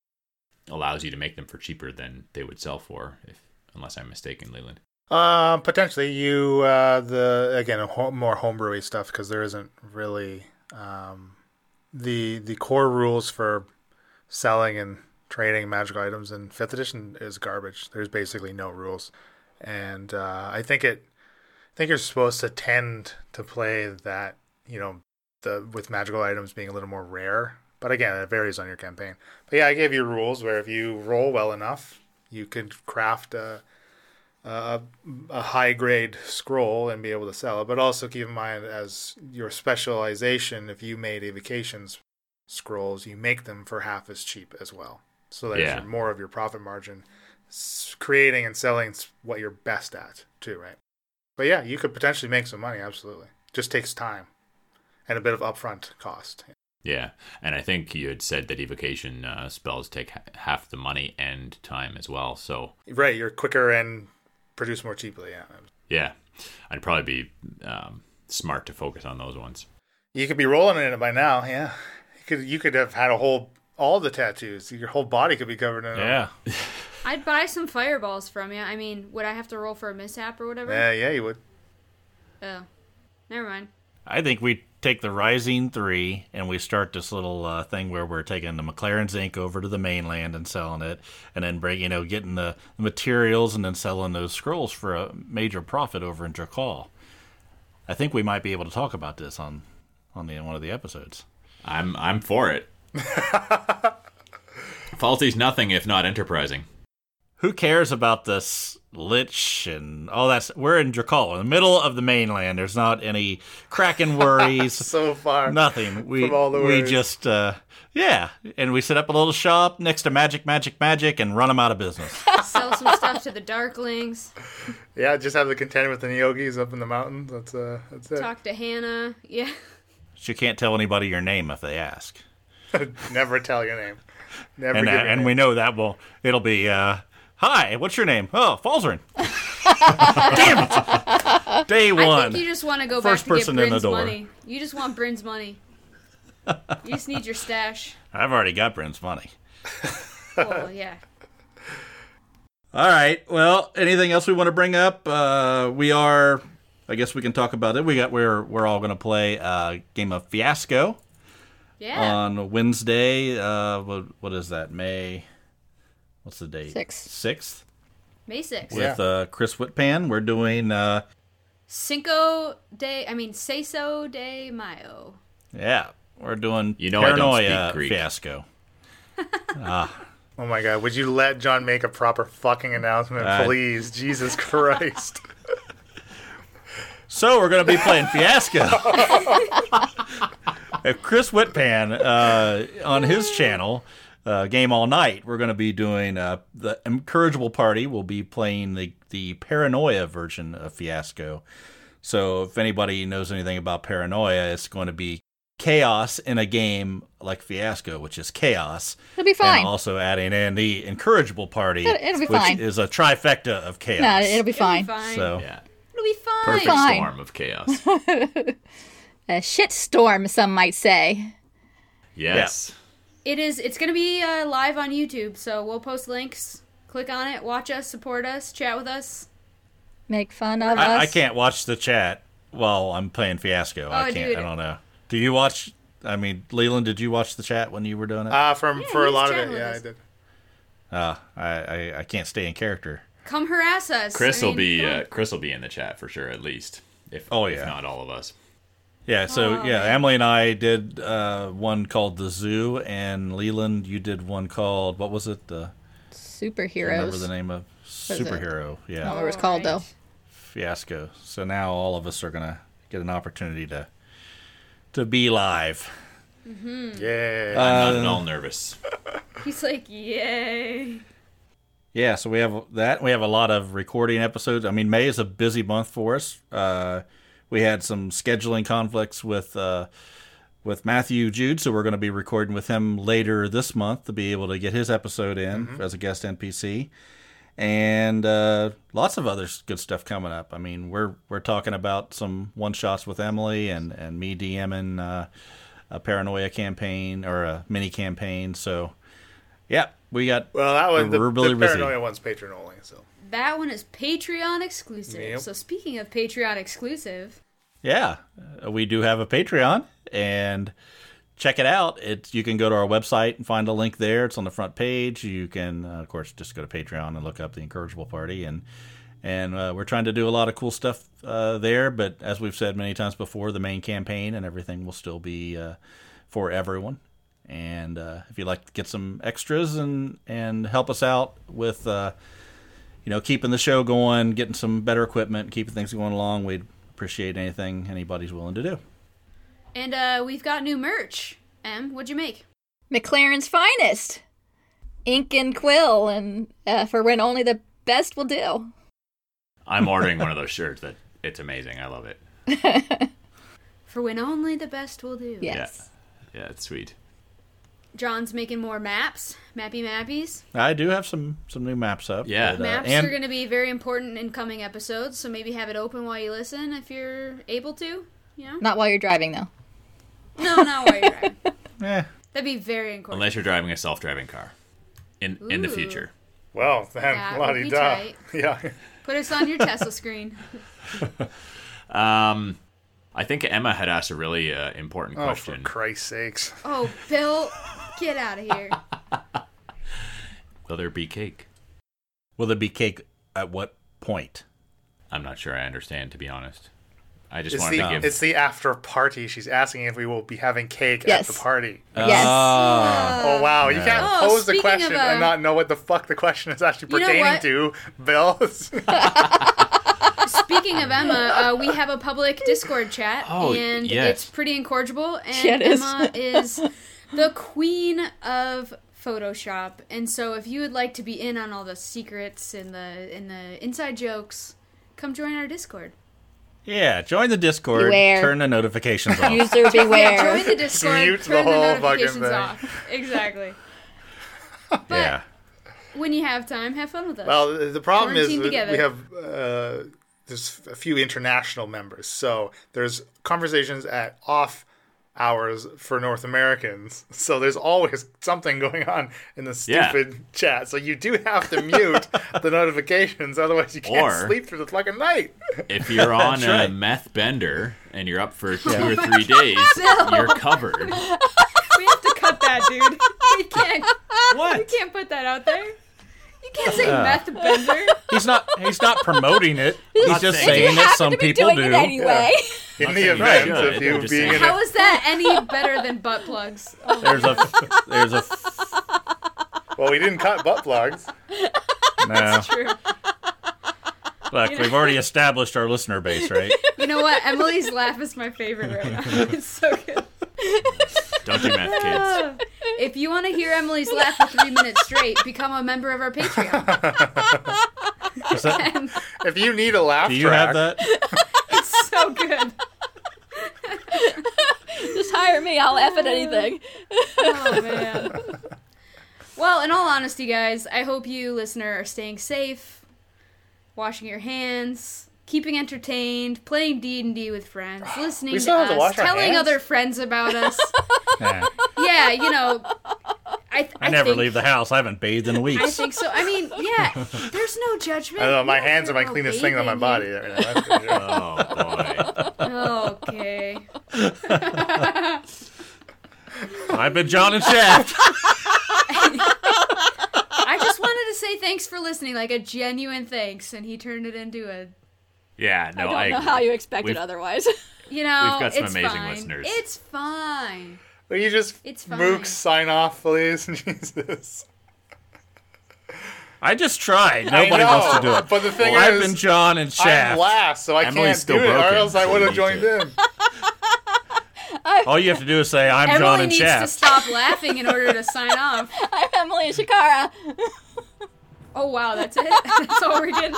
Speaker 4: allows you to make them for cheaper than they would sell for, if unless I'm mistaken, Leland.
Speaker 3: Uh, potentially you uh, the again ho- more homebrewy stuff because there isn't really um, the the core rules for selling and trading magical items in fifth edition is garbage. There's basically no rules, and uh, I think it I think you're supposed to tend to play that you know the with magical items being a little more rare. But again, it varies on your campaign. But yeah, I gave you rules where if you roll well enough, you could craft a a, a high grade scroll and be able to sell it. But also keep in mind, as your specialization, if you made evocations scrolls, you make them for half as cheap as well. So there's
Speaker 4: Yeah.
Speaker 3: more of your profit margin, s- creating and selling s- what you're best at too, right? But yeah, you could potentially make some money. Absolutely, just takes time and a bit of upfront cost.
Speaker 4: Yeah, and I think you had said that evocation uh, spells take ha- half the money and time as well. So
Speaker 3: Right, you're quicker and produce more cheaply. Yeah,
Speaker 4: yeah, I'd probably be um, smart to focus on those ones.
Speaker 3: You could be rolling in it by now, yeah. You could you could have had a whole all the tattoos. Your whole body could be covered in it.
Speaker 1: Yeah.
Speaker 2: I'd buy some fireballs from you. I mean, would I have to roll for a mishap or whatever?
Speaker 3: Yeah, yeah, you would.
Speaker 2: Oh, never mind.
Speaker 1: I think we take the Rising Three and we start this little uh, thing where we're taking the McLaren's Inc. over to the mainland and selling it, and then bring you know getting the materials and then selling those scrolls for a major profit over in Drakal. I think we might be able to talk about this on on the one of the episodes.
Speaker 4: I'm I'm for it. Faulty's nothing if not enterprising.
Speaker 1: Who cares about this lich and all that? s- We're in Drakal, in the middle of the mainland. There's not any kraken worries.
Speaker 3: So far,
Speaker 1: Nothing. We
Speaker 3: From all the
Speaker 1: we
Speaker 3: words.
Speaker 1: just uh, yeah, and we set up a little shop next to Magic, Magic, Magic, and run them out of business.
Speaker 2: Sell some stuff to the darklings.
Speaker 3: Yeah, just have to contend with the Neogis up in the mountains. That's uh, that's it.
Speaker 2: Talk to Hannah. Yeah.
Speaker 1: you can't tell anybody your name if they ask,
Speaker 3: Never tell your name. Never.
Speaker 1: and uh,
Speaker 3: give your
Speaker 1: and
Speaker 3: name.
Speaker 1: we know that will it'll be uh, hi, what's your name? Oh, Falzarin. Damn it! Day
Speaker 2: I
Speaker 1: one.
Speaker 2: think you just want to go
Speaker 1: First
Speaker 2: back to get
Speaker 1: person in the
Speaker 2: Bryn's
Speaker 1: door.
Speaker 2: money. You just want Bryn's money. you just need your stash.
Speaker 1: I've already got Bryn's money.
Speaker 2: Oh yeah.
Speaker 6: All right. Well, anything else we want to bring up? Uh, we are. I guess we can talk about it. We got we're we're all going to play
Speaker 1: uh,
Speaker 6: a game of Fiasco
Speaker 2: Yeah.
Speaker 6: on Wednesday. Uh, what what is that? May. What's the date?
Speaker 5: Sixth.
Speaker 6: Sixth
Speaker 2: May 6th.
Speaker 3: Yeah.
Speaker 6: with uh, Chris Whitpan. We're doing. Uh,
Speaker 2: Cinco de, I mean, Seiso de Mayo.
Speaker 1: Yeah, we're doing
Speaker 4: You know I don't
Speaker 1: paranoia
Speaker 4: speak Greek.
Speaker 1: Fiasco.
Speaker 3: Oh my God! Would you let John make a proper fucking announcement,
Speaker 1: Uh,
Speaker 3: please? Jesus Christ!
Speaker 1: So we're going to be playing Fiasco. If Chris Whitpan uh, on his channel, uh, Game All Night, we're going to be doing uh, the Incorrigible Party. will be playing the, the Paranoia version of Fiasco. So if anybody knows anything about Paranoia, it's going to be chaos in a game like Fiasco, which is chaos.
Speaker 5: It'll be fine.
Speaker 1: And also adding in the Incorrigible Party,
Speaker 5: It- it'll be
Speaker 1: which
Speaker 5: fine.
Speaker 1: is a trifecta of chaos.
Speaker 5: no, it'll be
Speaker 2: It'll be
Speaker 5: fine.
Speaker 2: fine.
Speaker 1: So
Speaker 4: Yeah,
Speaker 2: It'll be fine.
Speaker 4: perfect
Speaker 5: Fine.
Speaker 4: storm of chaos.
Speaker 5: A shit storm, some might say.
Speaker 4: Yes,
Speaker 2: It is, it's going to be uh, live on YouTube, so we'll post links. Click on it, watch us, support us, chat with us.
Speaker 5: Make fun of
Speaker 1: I,
Speaker 5: us.
Speaker 1: I can't watch the chat while I'm playing Fiasco. I
Speaker 2: Oh,
Speaker 1: can't.
Speaker 2: dude.
Speaker 1: I don't know. Do you watch? I mean, Leland, did you watch the chat when you were doing it?
Speaker 3: Uh, from for a
Speaker 2: he's
Speaker 3: lot of it,
Speaker 2: chatting with
Speaker 3: yeah,
Speaker 2: us.
Speaker 3: I did.
Speaker 1: Uh, I, I I can't stay in character.
Speaker 2: Come harass us.
Speaker 4: Chris
Speaker 2: I
Speaker 4: will
Speaker 2: mean,
Speaker 4: be
Speaker 2: come
Speaker 4: uh,
Speaker 2: on.
Speaker 4: Chris will be in the chat for sure at least. If
Speaker 1: Oh,
Speaker 4: if
Speaker 1: yeah.
Speaker 4: not all of us.
Speaker 1: Yeah. So yeah, Emily and I did uh, one called the Zoo, and Leland, you did one called what was it? The I
Speaker 5: Superheroes.
Speaker 1: remember the name of
Speaker 5: it? Oh.
Speaker 1: superhero.
Speaker 5: I
Speaker 1: Yeah,
Speaker 5: don't remember what it's called though.
Speaker 1: Fiasco. So now all of us are gonna get an opportunity to to be live.
Speaker 3: Yeah.
Speaker 4: I'm not at
Speaker 1: Uh.
Speaker 4: all nervous.
Speaker 2: He's like, yay.
Speaker 1: Yeah, so we have that. We have a lot of recording episodes. I mean, May is a busy month for us. Uh, we had some scheduling conflicts with uh, with Matthew Jude, so we're going to be recording with him later this month to be able to get his episode in as a guest NPC, and uh, lots of other good stuff coming up. I mean, we're we're talking about some one shots with Emily and and me DMing uh, a paranoia campaign or a mini campaign. So, yeah, we got
Speaker 3: Well, that was the,
Speaker 1: We're really
Speaker 3: the
Speaker 1: busy.
Speaker 3: paranoia one's patron only. So
Speaker 2: That one is Patreon exclusive.
Speaker 3: Yep.
Speaker 2: So speaking of Patreon exclusive,
Speaker 1: Yeah, uh, we do have a Patreon, and check it out. It's you can go to our website and find a link there. It's on the front page. You can, uh, of course, just go to Patreon and look up the Incorrigible Party, and and uh, we're trying to do a lot of cool stuff uh, there. But as we've said many times before, the main campaign and everything will still be uh, for everyone. And uh, if you'd like to get some extras and and help us out with. Uh, you know, keeping the show going, getting some better equipment, keeping things going along. We'd appreciate anything anybody's willing to do.
Speaker 2: and uh, we've got new merch. Em, what'd you make?
Speaker 5: McLaren's finest, ink and quill, and uh, for when only the best will do.
Speaker 4: I'm ordering one of those shirts. That it's amazing. I love it.
Speaker 2: For when only the best will do.
Speaker 5: Yes.
Speaker 4: Yeah, yeah, it's sweet.
Speaker 2: John's making more maps, mappy mappies.
Speaker 1: I do have some some new maps up.
Speaker 4: Yeah.
Speaker 1: uh,
Speaker 2: Maps
Speaker 1: and
Speaker 2: are going to be very important in coming episodes, so maybe have it open while you listen if you're able to. You know?
Speaker 5: Not while you're driving though.
Speaker 2: No, not while you're driving.
Speaker 1: eh,
Speaker 2: That'd be very important.
Speaker 4: Unless you're driving a self-driving car, in in the
Speaker 2: Ooh.
Speaker 4: future.
Speaker 3: well, then
Speaker 2: That would
Speaker 3: la di
Speaker 2: be
Speaker 3: da.
Speaker 2: tight.
Speaker 3: Yeah.
Speaker 2: Put us on your Tesla screen.
Speaker 4: Um, I think Emma had asked a really uh, important
Speaker 3: Oh, for
Speaker 4: question.
Speaker 3: Christ's sakes!
Speaker 2: Oh, Bill, get out of here.
Speaker 4: Will there be cake?
Speaker 1: will there be cake at what point?
Speaker 4: I'm not sure. I understand, to be honest. I just
Speaker 3: It's
Speaker 4: wanted to
Speaker 3: the
Speaker 4: give.
Speaker 3: it's the after party. She's asking if we will be having cake
Speaker 5: Yes.
Speaker 3: at the party.
Speaker 5: yes.
Speaker 1: Uh,
Speaker 3: Oh wow! You can't
Speaker 2: Uh, Oh,
Speaker 3: pose the
Speaker 2: speaking of,
Speaker 3: question
Speaker 2: uh,
Speaker 3: and not know what the fuck the question is actually
Speaker 2: You know
Speaker 3: pertaining
Speaker 2: what?
Speaker 3: to, Bill.
Speaker 2: Speaking of Emma, uh, we have a public Discord chat,
Speaker 4: Oh,
Speaker 2: and
Speaker 4: yes.
Speaker 2: it's pretty incorrigible. And
Speaker 5: Yeah, it is.
Speaker 2: Emma is the queen of Photoshop, and so if you would like to be in on all the secrets and the and the inside jokes, come join our Discord.
Speaker 1: Yeah, join the Discord.
Speaker 5: Beware.
Speaker 1: Turn the notifications off.
Speaker 5: User
Speaker 2: Join
Speaker 5: beware.
Speaker 2: the Discord.
Speaker 3: Mute the
Speaker 2: turn the,
Speaker 3: whole fucking
Speaker 2: notifications
Speaker 3: thing.
Speaker 2: off. Exactly.
Speaker 1: yeah.
Speaker 2: When you have time, have fun with us.
Speaker 3: Well, the- the problem is
Speaker 2: Quarantine
Speaker 3: we
Speaker 2: together.
Speaker 3: we have uh, there's a few international members, so there's conversations at off hours for North Americans. So there's always something going on in the
Speaker 4: Yeah.
Speaker 3: stupid chat. So you do have to mute the notifications, otherwise you can't
Speaker 4: Or-
Speaker 3: sleep through the fucking night.
Speaker 4: if you're on a
Speaker 1: right.
Speaker 4: meth bender and you're up for two or three days, you're covered.
Speaker 2: we have to cut that, dude. We can't. We
Speaker 1: What?
Speaker 2: can't put that out there. You can't say meth bender.
Speaker 1: He's not he's not promoting it. He's
Speaker 4: Not
Speaker 1: just
Speaker 4: saying it.
Speaker 1: saying
Speaker 5: You
Speaker 1: that
Speaker 5: have
Speaker 1: some
Speaker 5: to be
Speaker 1: people
Speaker 5: doing
Speaker 1: do.
Speaker 5: it anyway.
Speaker 3: In
Speaker 4: saying
Speaker 3: the
Speaker 4: you
Speaker 3: event
Speaker 4: should,
Speaker 3: of
Speaker 4: I'm
Speaker 3: you
Speaker 4: just
Speaker 3: being
Speaker 4: saying-
Speaker 3: in
Speaker 2: How
Speaker 3: a
Speaker 2: is that any better than butt plugs? Oh,
Speaker 1: There's a there's a
Speaker 3: well, we didn't cut butt plugs.
Speaker 1: no.
Speaker 2: true.
Speaker 1: Look, we've already established our listener base, right?
Speaker 2: You know what? Emily's laugh is my favorite right now. It's so good.
Speaker 4: Don't do meth, kids.
Speaker 2: If you want to hear Emily's laugh for three minutes straight, become a member of our Patreon.
Speaker 1: Is that-
Speaker 3: If you need a laugh
Speaker 1: do you
Speaker 3: track,
Speaker 1: have that?
Speaker 2: It's so good.
Speaker 5: Just hire me. I'll laugh at anything.
Speaker 2: Oh man. Well, in all honesty, guys, I hope you, listener, are staying safe, washing your hands, keeping entertained, playing D and D with friends, listening
Speaker 3: We still
Speaker 2: to
Speaker 3: have
Speaker 2: us,
Speaker 3: to wash our
Speaker 2: telling
Speaker 3: hands?
Speaker 2: other friends about us.
Speaker 1: Nah,
Speaker 2: yeah, you know, I th-
Speaker 1: I, never
Speaker 2: think,
Speaker 1: leave the house. I haven't bathed in weeks.
Speaker 2: I think so. I mean, yeah, there's no judgment.
Speaker 3: I don't know, my
Speaker 2: You don't
Speaker 3: hands are
Speaker 2: care
Speaker 3: my
Speaker 2: about
Speaker 3: cleanest thing on my
Speaker 2: bathing,
Speaker 3: body. Right now, that's for sure.
Speaker 4: Oh boy.
Speaker 2: you- Okay.
Speaker 1: I've been John and Shaft.
Speaker 2: I just wanted to say thanks for listening, like a genuine thanks, and he turned it into a
Speaker 4: Yeah, no,
Speaker 5: I don't
Speaker 4: I,
Speaker 5: know
Speaker 4: agree.
Speaker 5: how you expect it
Speaker 4: We've-
Speaker 5: otherwise.
Speaker 2: You know,
Speaker 4: We've got some
Speaker 2: it's
Speaker 4: amazing
Speaker 2: fine.
Speaker 4: listeners.
Speaker 2: It's fine.
Speaker 3: Will you just
Speaker 2: It's fine.
Speaker 3: mooks sign off, please? Jesus.
Speaker 1: I just tried.
Speaker 3: I
Speaker 1: Nobody
Speaker 3: know,
Speaker 1: wants to do it.
Speaker 3: But the thing
Speaker 1: I've
Speaker 3: is,
Speaker 1: been John and
Speaker 3: I'm
Speaker 1: Shaft.
Speaker 3: last, so I
Speaker 4: Emily's
Speaker 3: can't
Speaker 4: still
Speaker 3: do it, or
Speaker 4: broken,
Speaker 3: else I
Speaker 4: so
Speaker 3: would
Speaker 4: we
Speaker 3: have
Speaker 4: need
Speaker 3: joined
Speaker 4: to-
Speaker 3: in.
Speaker 1: All you have to do is say, I'm John
Speaker 2: Emily
Speaker 1: and
Speaker 2: needs to
Speaker 1: Shaft.
Speaker 2: stop laughing in order to sign off.
Speaker 5: I'm Emily Shikara.
Speaker 2: Oh wow, that's it. That's all we're getting.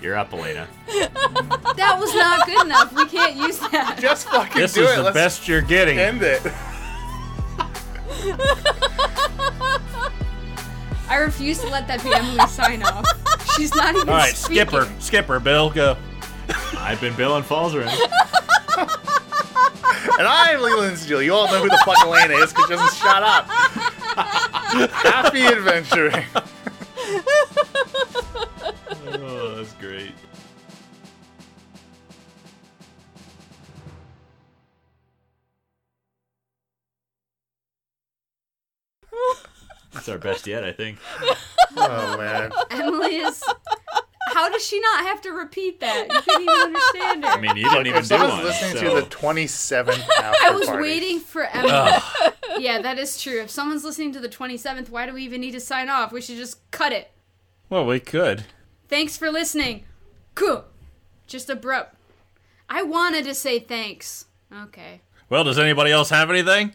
Speaker 4: You're up, Elena.
Speaker 2: That was not good enough. We can't use that.
Speaker 3: Just fucking
Speaker 1: This
Speaker 3: do
Speaker 1: is
Speaker 3: it.
Speaker 1: the
Speaker 3: Let's
Speaker 1: best you're getting.
Speaker 3: end it.
Speaker 2: I refuse to let that be Emily's sign off. She's not even
Speaker 1: All right,
Speaker 2: speaking.
Speaker 1: skipper, skipper, Bill, go.
Speaker 4: I've been Bill and Falzarin.
Speaker 3: And I'm Leland Steele. You all know who the fuck Elena is because she doesn't shut up. Happy adventuring.
Speaker 4: oh, that's great. That's our best yet, I think.
Speaker 3: Oh man.
Speaker 2: Emily is. How does she not have to repeat that? You couldn't even understand her.
Speaker 4: I mean, you didn't even
Speaker 3: If
Speaker 4: do
Speaker 3: someone's
Speaker 4: one.
Speaker 3: listening
Speaker 4: so-
Speaker 3: to the 27th after
Speaker 2: I was
Speaker 3: party,
Speaker 2: waiting for Emily. yeah, that is true. If someone's listening to the 27th, why do we even need to sign off? We should just cut it.
Speaker 1: Well, we could.
Speaker 2: Thanks for listening. Cool. Just abrupt. I wanted to say thanks. Okay.
Speaker 1: Well, does anybody else have anything?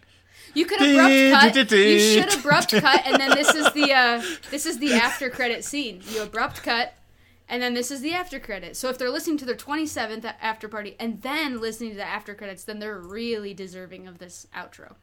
Speaker 2: You could abrupt cut. You
Speaker 1: Dee-dee-dee-dee.
Speaker 2: should abrupt cut, and then this is the uh, this is the after credit scene. You abrupt cut, and then this is the after credit. So if they're listening to their twenty seventh after party and then listening to the after credits, then they're really deserving of this outro.